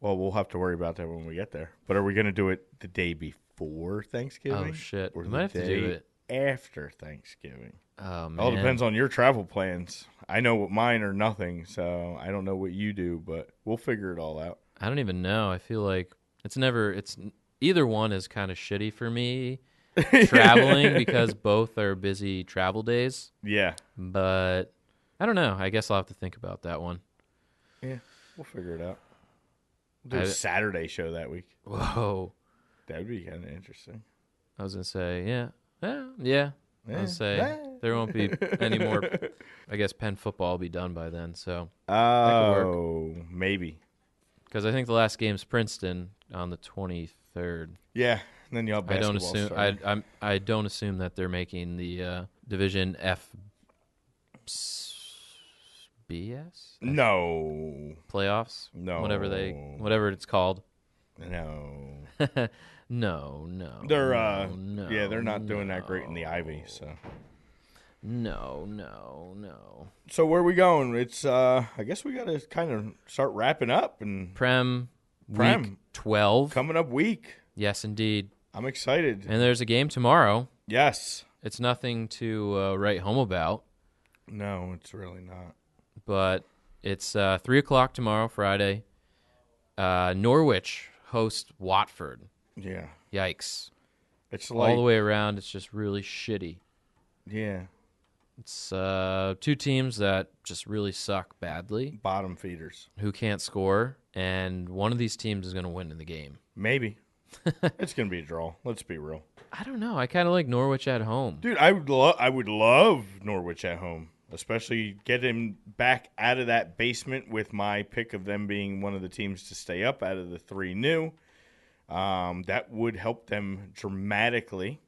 B: Well, we'll have to worry about that when we get there. But are we going to do it the day before Thanksgiving?
A: Oh, shit.
B: Or
A: We
B: the
A: might have to do
B: day
A: it.
B: after Thanksgiving.
A: Oh man.
B: It all depends on your travel plans. I know what mine are nothing, so I don't know what you do, but we'll figure it all out.
A: I don't even know. I feel like it's never. It's either one is kind of shitty for me traveling because both are busy travel days.
B: Yeah,
A: But I don't know. I guess I'll have to think about that one.
B: we'll figure it out. We'll do a
A: I-
B: Saturday show that week.
A: Whoa.
B: That would be kind of interesting.
A: I was gonna say yeah, yeah, yeah. I
B: Yeah.
A: was say
B: Yeah.
A: there won't be any more. I guess Penn football will be done by then. So work.
B: Oh, maybe.
A: because I think the last game's Princeton on the twenty third.
B: Yeah. And then y'all.
A: I don't
B: basketball
A: assume I
B: starting.
A: I'm, I don't assume that they're making the uh, Division F s- BS
B: No.
A: playoffs. whatever they
B: No.
A: whatever it's called.
B: No.
A: No, no,
B: They're uh.
A: no,
B: yeah, they're not doing that
A: no,
B: great in the Ivy. So.
A: No, no, no.
B: So where we going? It's uh. I guess we got to kind of start wrapping up and
A: Prem, week
B: Prem.
A: twelve.
B: coming up week.
A: Yes, indeed.
B: I'm excited.
A: And there's a game tomorrow.
B: Yes.
A: It's nothing to uh, write home about,
B: No, it's really not.
A: but it's uh, three o'clock tomorrow, Friday. Uh, Norwich hosts Watford.
B: Yeah.
A: Yikes!
B: It's like
A: All the way around, it's just really shitty.
B: yeah,
A: It's uh, two teams that just really suck badly,
B: bottom feeders.
A: who can't score, and one of these teams is going to win in the game.
B: Maybe. it's gonna be a draw. Let's be real,
A: I don't know. I kind of like Norwich at home.
B: dude. I would love. I would love Norwich at home, especially get him back out of that basement with my pick of them being one of the teams to stay up out of the three new. Um, that would help them dramatically.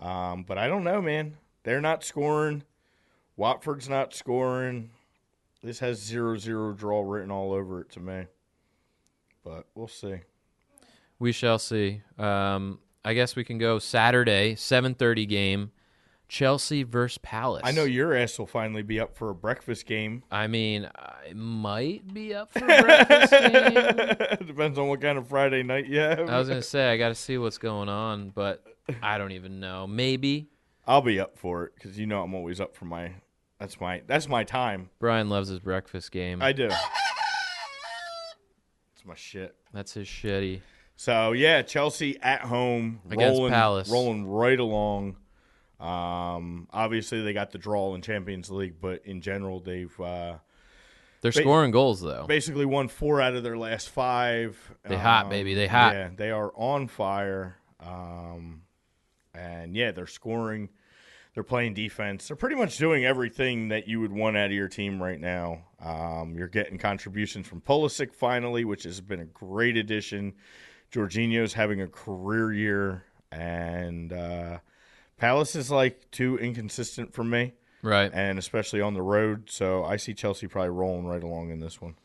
B: Um, but I don't know, man. They're not scoring. Watford's not scoring. This has zero zero draw written all over it to me. But we'll see.
A: We shall see. Um, I guess we can go Saturday, seven thirty game, Chelsea versus Palace.
B: I know your ass will finally be up for a breakfast game.
A: I mean, I might be up for a breakfast game.
B: Depends on what kind of Friday night you have.
A: I was gonna say I got to see what's going on, but I don't even know. Maybe
B: I'll be up for it because you know I'm always up for my. That's my. That's my time.
A: Brian loves his breakfast game.
B: I do. It's my shit.
A: That's his shitty.
B: So yeah, Chelsea at home
A: Against
B: rolling,
A: Palace.
B: rolling right along. Um, obviously they got the draw in Champions League, but in general they've uh,
A: They're scoring goals though.
B: basically won four out of their last five.
A: They hot, baby. They hot.
B: um, Yeah, they are on fire. Um, and yeah, they're scoring. They're playing defense. They're pretty much doing everything that you would want out of your team right now. Um, you're getting contributions from Pulisic finally, which has been a great addition. Jorginho's having a career year, and uh, Palace is like too inconsistent for me,
A: Right.
B: and especially on the road. So I see Chelsea probably rolling right along in this one.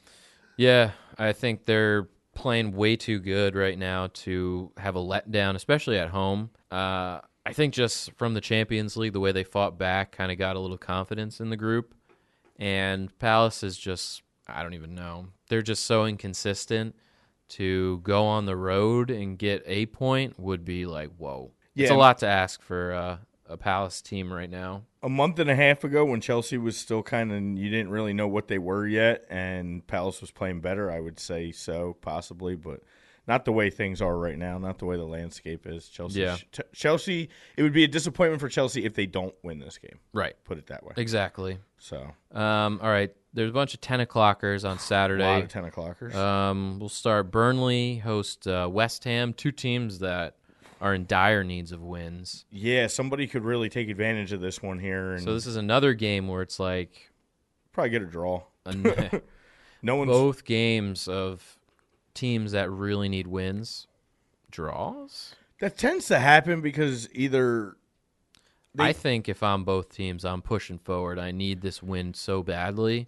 A: Yeah, I think they're playing way too good right now to have a letdown, especially at home. Uh, I think just from the Champions League, the way they fought back kind of got a little confidence in the group. And Palace is just, I don't even know. They're just so inconsistent. To go on the road and get a point would be like, whoa. it's
B: Yeah.
A: a lot to ask for uh, a Palace team right now.
B: a month and a half ago when Chelsea was still kind of you didn't really know what they were yet and Palace was playing better, I would say so possibly, but not the way things are right now, not the way the landscape is. Chelsea
A: Yeah.
B: Ch- Chelsea it would be a disappointment for Chelsea if they don't win this game.
A: Right.
B: Put it that way.
A: Exactly.
B: So,
A: Um, all right. There's a bunch of 10 o'clockers on
B: a
A: Saturday.
B: lot of 10 o'clockers.
A: Um, we'll start Burnley host uh, West Ham, two teams that are in dire needs of wins.
B: yeah, somebody could really take advantage of this one here and
A: So this is another game where it's like
B: probably get a draw.
A: an-
B: No one's
A: both games of teams that really need wins draws.
B: That tends to happen because either
A: I think if I'm both teams, I'm pushing forward. I need this win so badly.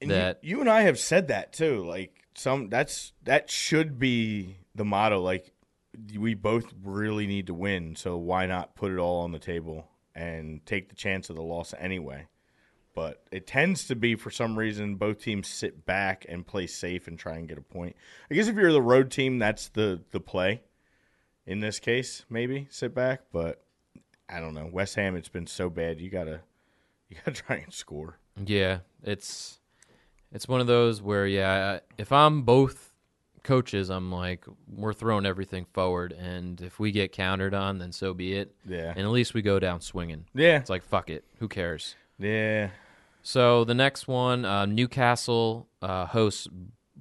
B: And you-
A: that-
B: you, and I have said that too. Like some that's that should be the motto. Like we both really need to win, so why not put it all on the table and take the chance of the loss anyway? But it tends to be for some reason both teams sit back and play safe and try and get a point. I guess if you're the road team, that's the the play. In this case, maybe sit back, but I don't know. West Ham, it's been so bad. You gotta you gotta try and score.
A: Yeah, it's it's one of those where yeah, if I'm both coaches, I'm like we're throwing everything forward, and if we get countered on, then so be it.
B: Yeah.
A: and at least we go down swinging.
B: Yeah,
A: It's like fuck it, who cares?
B: yeah.
A: So the next one, uh, Newcastle uh, hosts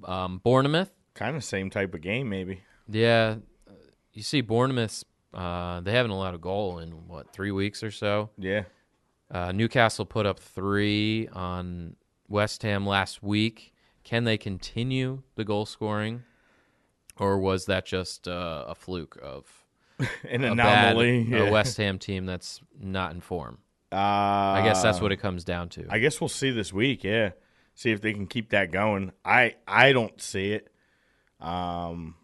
A: um, Bournemouth.
B: Kind of same type of game, maybe.
A: Yeah, you see Bournemouth. Uh, they haven't allowed a goal in what three weeks or so.
B: Yeah,
A: Uh, Newcastle put up three on West Ham last week. Can they continue the goal scoring, or was that just uh, a fluke of
B: an
A: a
B: anomaly.
A: bad, a
B: yeah.
A: West Ham team that's not in form?
B: Uh,
A: I guess that's what it comes down to.
B: I guess we'll see this week. Yeah, see if they can keep that going. I I don't see it. Um,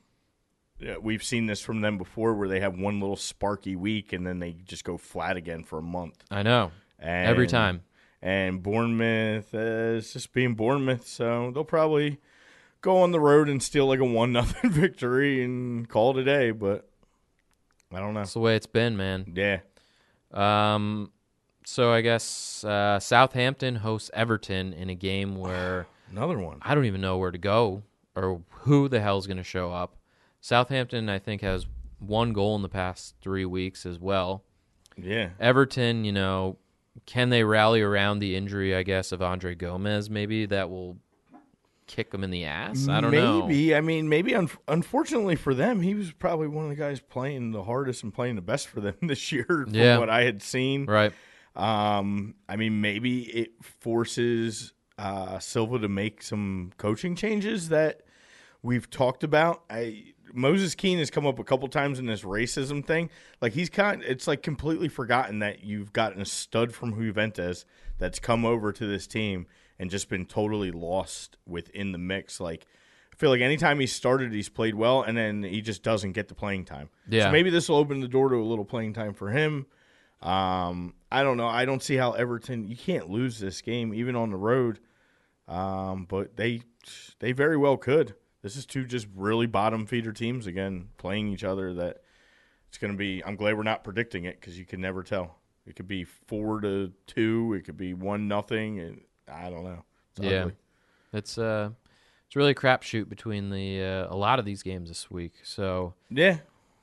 B: yeah, we've seen this from them before, where they have one little sparky week and then they just go flat again for a month.
A: I know
B: And,
A: every time.
B: And Bournemouth, uh, it's just being Bournemouth, so they'll probably go on the road and steal like a one nothing victory and call it a day. But I don't know.
A: That's the way it's been, man.
B: Yeah,
A: Um, so I guess uh, Southampton hosts Everton in a game where.
B: another one.
A: I don't even know where to go or who the hell's going to show up. Southampton, I think, has one goal in the past three weeks as well.
B: Yeah,
A: Everton, you know, can they rally around the injury, I guess, of Andre Gomez? Maybe that will kick them in the ass. I don't know.
B: maybe. I mean, maybe. Un- unfortunately for them, he was probably one of the guys playing the hardest and playing the best for them this year, from
A: Yeah.
B: what I had seen.
A: Right.
B: Um, I mean, maybe it forces uh, Silva to make some coaching changes that we've talked about. I Moses Keene has come up a couple times in this racism thing. Like he's kind, it's like completely forgotten that you've gotten a stud from Juventus that's come over to this team and just been totally lost within the mix. Like I feel like anytime he started, he's played well, and then he just doesn't get the playing time.
A: Yeah.
B: so maybe this will open the door to a little playing time for him. Um, I don't know. I don't see how Everton. You can't lose this game, even on the road. Um, but they they very well could. This is two just really bottom feeder teams again playing each other. That it's going to be. I'm glad we're not predicting it because you can never tell. It could be four to two. It could be one nothing, and I don't know. It's
A: Yeah.
B: ugly.
A: It's uh, it's really a crapshoot between the uh, a lot of these games this week. So
B: yeah.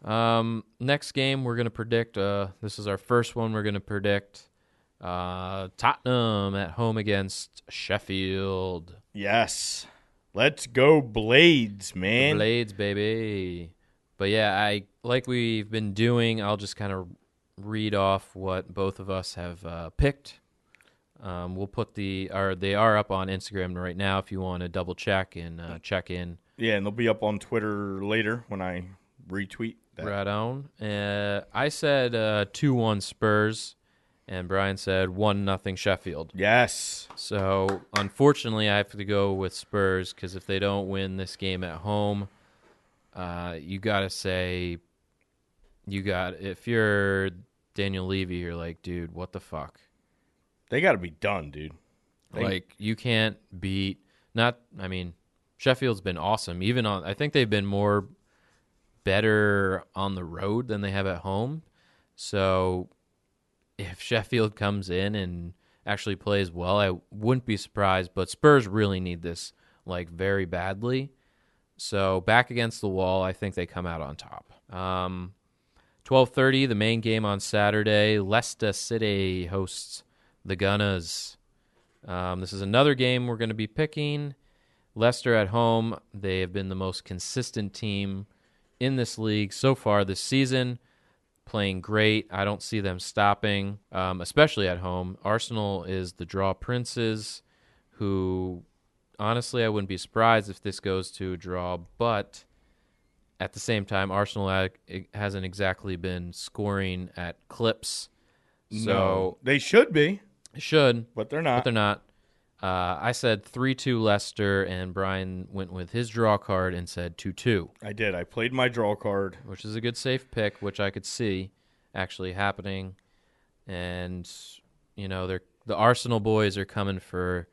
A: Um, next game we're gonna predict. Uh, this is our first one. We're gonna predict uh, Tottenham at home against Sheffield
B: Yes. Let's go Blades, man.
A: Blades, baby. But yeah, I like we've been doing. I'll just kind of read off what both of us have uh, picked. Um, we'll put the or they are up on Instagram right now if you want to double check and uh, check in.
B: Yeah, and they'll be up on Twitter later when I retweet that.
A: Right on. Uh, I said uh, two one Spurs, and Brian said one nothing Sheffield.
B: Yes.
A: So unfortunately, I have to go with Spurs because if they don't win this game at home, uh, you gotta say, you got if you're Daniel Levy, you're like, dude, what the fuck?
B: They got to be done, dude. They-
A: like you can't beat not. I mean, Sheffield's been awesome. Even on, I think they've been more better on the road than they have at home. So if Sheffield comes in and actually plays well, I wouldn't be surprised. But Spurs really need this like very badly. So back against the wall, I think they come out on top. Um, Twelve thirty, the main game on Saturday. Leicester City hosts the Gunners. Um, this is another game we're going to be picking. Leicester at home. They have been the most consistent team in this league so far this season, playing great. I don't see them stopping, um, especially at home. Arsenal is the draw princes, who honestly I wouldn't be surprised if this goes to a draw, but at the same time, Arsenal ha- hasn't exactly been scoring at clips. So
B: they should be,
A: it should
B: but they're
A: but
B: not.
A: they're not. Uh, I said three two Leicester, and Brian went with his draw card and said two two,
B: I did. I played my draw card.
A: which is a good safe pick, which I could see actually happening. And you know they're the Arsenal boys are coming for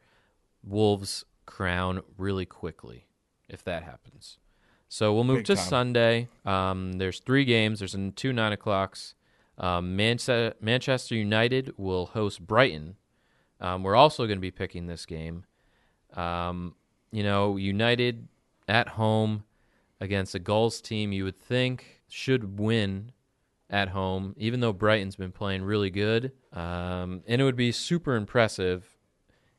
A: Wolves' crown really quickly if that happens. So we'll move
B: Big
A: to
B: time.
A: Sunday. Um, there's three games. There's an- two nine o'clocks. Um, Manchester Manchester United will host Brighton. Um, we're also going to be picking this game. Um, you know, United at home against a goals team you would think should win at home, even though Brighton's been playing really good. Um, and it would be super impressive.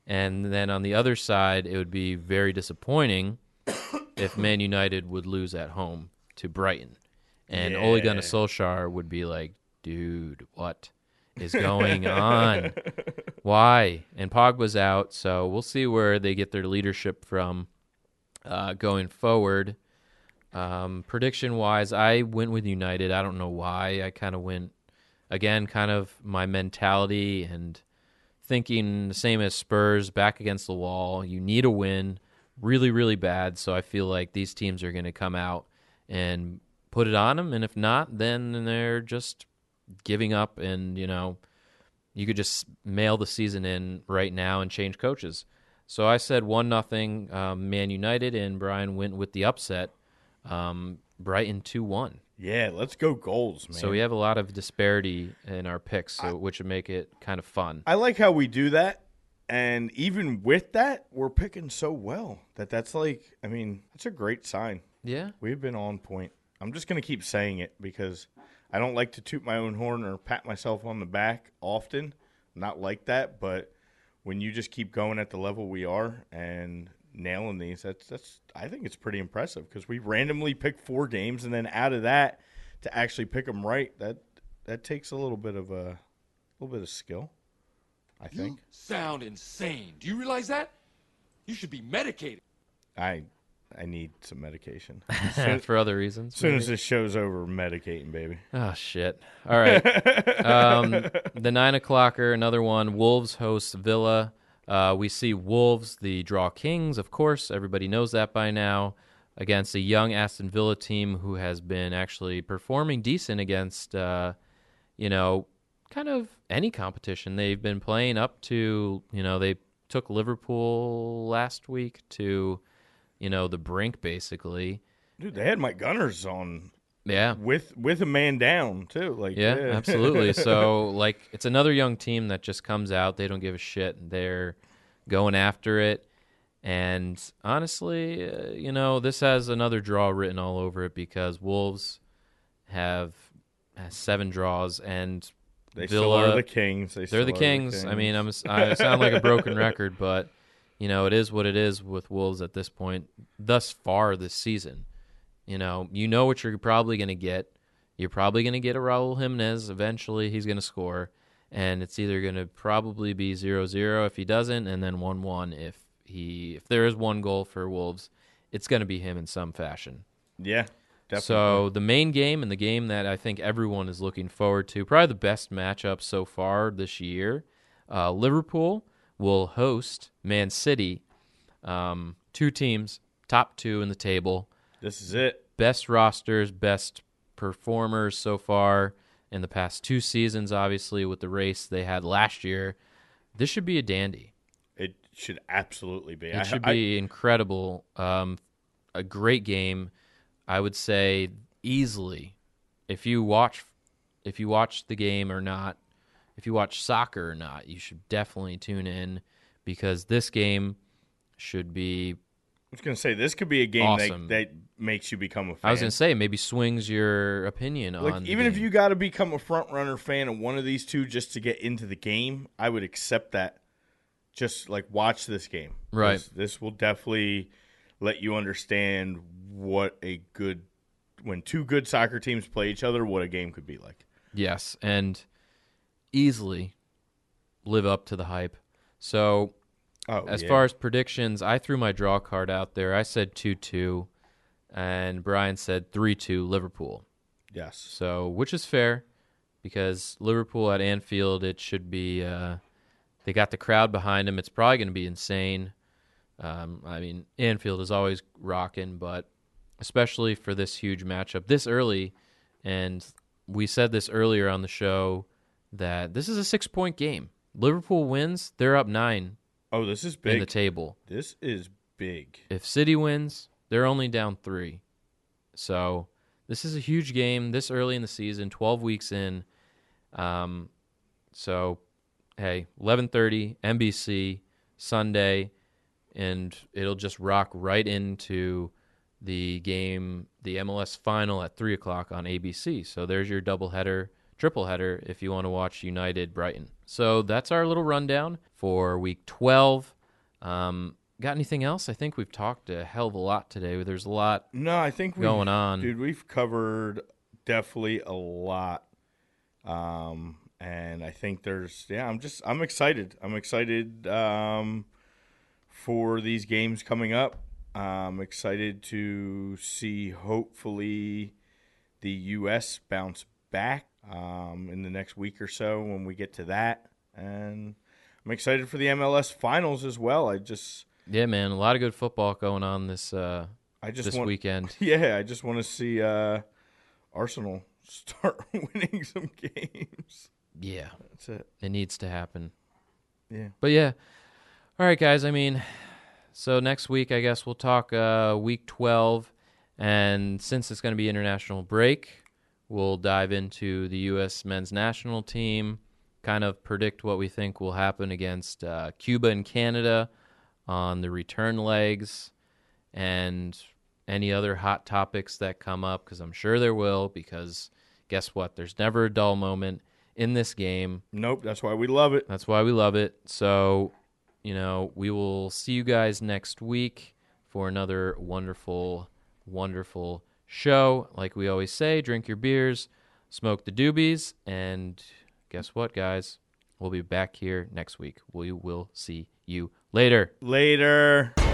A: And then on the other side, it would be very disappointing if Man United would lose at home to Brighton. And Ole Gunnar Solskjaer would be like, dude, what is going on? Why? And Pogba's out, so we'll see where they get their leadership from uh, going forward. Um, prediction wise, I went with United. I don't know why. I kind of went again, kind of my mentality and thinking the same as Spurs, back against the wall. You need a win really, really bad. So I feel like these teams are going to come out and put it on them. And if not, then they're just giving up. And, you know, you could just mail the season in right now and change coaches. So I said 1 nothing um, Man United, and Brian went with the upset. Um, Brighton 2 1.
B: Yeah, let's go goals, man.
A: So we have a lot of disparity in our picks, so, which would make it kind of fun.
B: I like how we do that. And even with that, we're picking so well that that's like, I mean, that's a great sign.
A: Yeah.
B: We've been on point. I'm just going to keep saying it because I don't like to toot my own horn or pat myself on the back often. Not like that, but when you just keep going at the level we are and nailing these, that's that's I think it's pretty impressive because we randomly pick four games and then out of that to actually pick them right, that that takes a little bit of a little bit of skill, I think.
E: You sound insane. Do you realize that? You should be medicated.
B: I I need some medication.
A: for other reasons.
B: As soon as this show's over, medicating, baby.
A: Oh shit! All right, um, the nine o'clocker, another one. Wolves host Villa. Uh, we see Wolves, the draw kings, of course. Everybody knows that by now. Against a young Aston Villa team who has been actually performing decent against, uh, you know, kind of any competition. They've been playing up to, you know, they took Liverpool last week to, you know, the brink basically.
B: Dude, they had my gunners on
A: Yeah.
B: with with a man down too. Like
A: Yeah, absolutely. So like it's another young team that just comes out, they don't give a shit. They're going after it. And honestly, uh, you know, this has another draw written all over it because Wolves have has seven draws and
B: They
A: Villa-
B: still are the kings. They
A: uh, they're
B: still
A: the
B: are
A: Kings. I mean, I'm I sound like a broken record, but you know, it is what it is with Wolves at this point thus far this season. You know, you know what you're probably going to get. You're probably going to get a Raul Jimenez eventually. He's going to score and it's either going to probably be 0-0 if he doesn't and then 1-1 if he if there is one goal for Wolves, it's going to be him in some fashion.
B: yeah, definitely.
A: So the main game and the game that I think everyone is looking forward to, probably the best matchup so far this year. Uh, Liverpool will host Man City. Um, two teams, top two in the table,
B: this is it.
A: best rosters, best performers so far in the past two seasons. Obviously, with the race they had last year, this should be a dandy.
B: It should absolutely be. I-
A: It should
B: I-
A: be incredible. Um, a great game, I would say easily. If you watch, if you watch the game or not, if you watch soccer or not, you should definitely tune in because this game should be.
B: I was gonna say this could be a game
A: Awesome.
B: that that makes you become a fan.
A: I was gonna say maybe swings your opinion on
B: like
A: the
B: even if
A: game.
B: you got to become a front runner fan of one of these two just to get into the game, I would accept that. Just like watch this game,
A: Right.
B: This, this will definitely let you understand what a good when two good soccer teams play each other, what a game could be like.
A: Yes, and easily live up to the hype. So
B: Oh,
A: As
B: yeah.
A: far as predictions, I threw my draw card out there. I said 2 2, and Brian said 3 2 Liverpool.
B: yes,
A: So, which is fair because Liverpool at Anfield, it should be, uh, they got the crowd behind them. It's probably going to be insane. Um, I mean, Anfield is always rocking, but especially for this huge matchup this early. And we said this earlier on the show that this is a six point game. Liverpool wins, they're up nine
B: Oh, this is
A: in the
B: big.
A: table.
B: this is big.
A: If City wins, they're only down three. So this is a huge game this early in the season, 12 weeks in. Um, so hey, 11:30 NBC Sunday, and it'll just rock right into the game, the MLS final at three o'clock on ABC. So there's your doubleheader, tripleheader if you want to watch United Brighton. So that's our little rundown for Week 12. Um, got anything else? I think we've talked a hell of a lot today. There's a lot.
B: No, I think we
A: Going on.
B: dude. We've covered definitely a lot, um, and I think there's yeah. I'm just I'm excited. I'm excited um, for these games coming up. I'm excited to see hopefully the U.S. bounce back um, in the next week or so when we get to that, and I'm excited for the MLS finals as well. I just
A: Yeah, man, a lot of good football going on this uh,
B: I just
A: this
B: want
A: weekend.
B: Yeah, I just want to see uh, Arsenal start winning some games.
A: Yeah,
B: That's it.
A: it needs to happen.
B: Yeah.
A: But yeah. All right, guys. I mean, so next week, I guess we'll talk uh, week 12. And since it's going to be international break, we'll dive into the U.S. men's national team, kind of predict what we think will happen against uh, Cuba and Canada on the return legs and any other hot topics that come up, because I'm sure there will, because guess what? There's never a dull moment in this game.
B: Nope, that's why we love it.
A: That's why we love it. So, you know, we will see you guys next week for another wonderful, wonderful show. Like we always say, drink your beers, smoke the doobies, and guess what, guys? We'll be back here next week. We will see you later.
B: Later.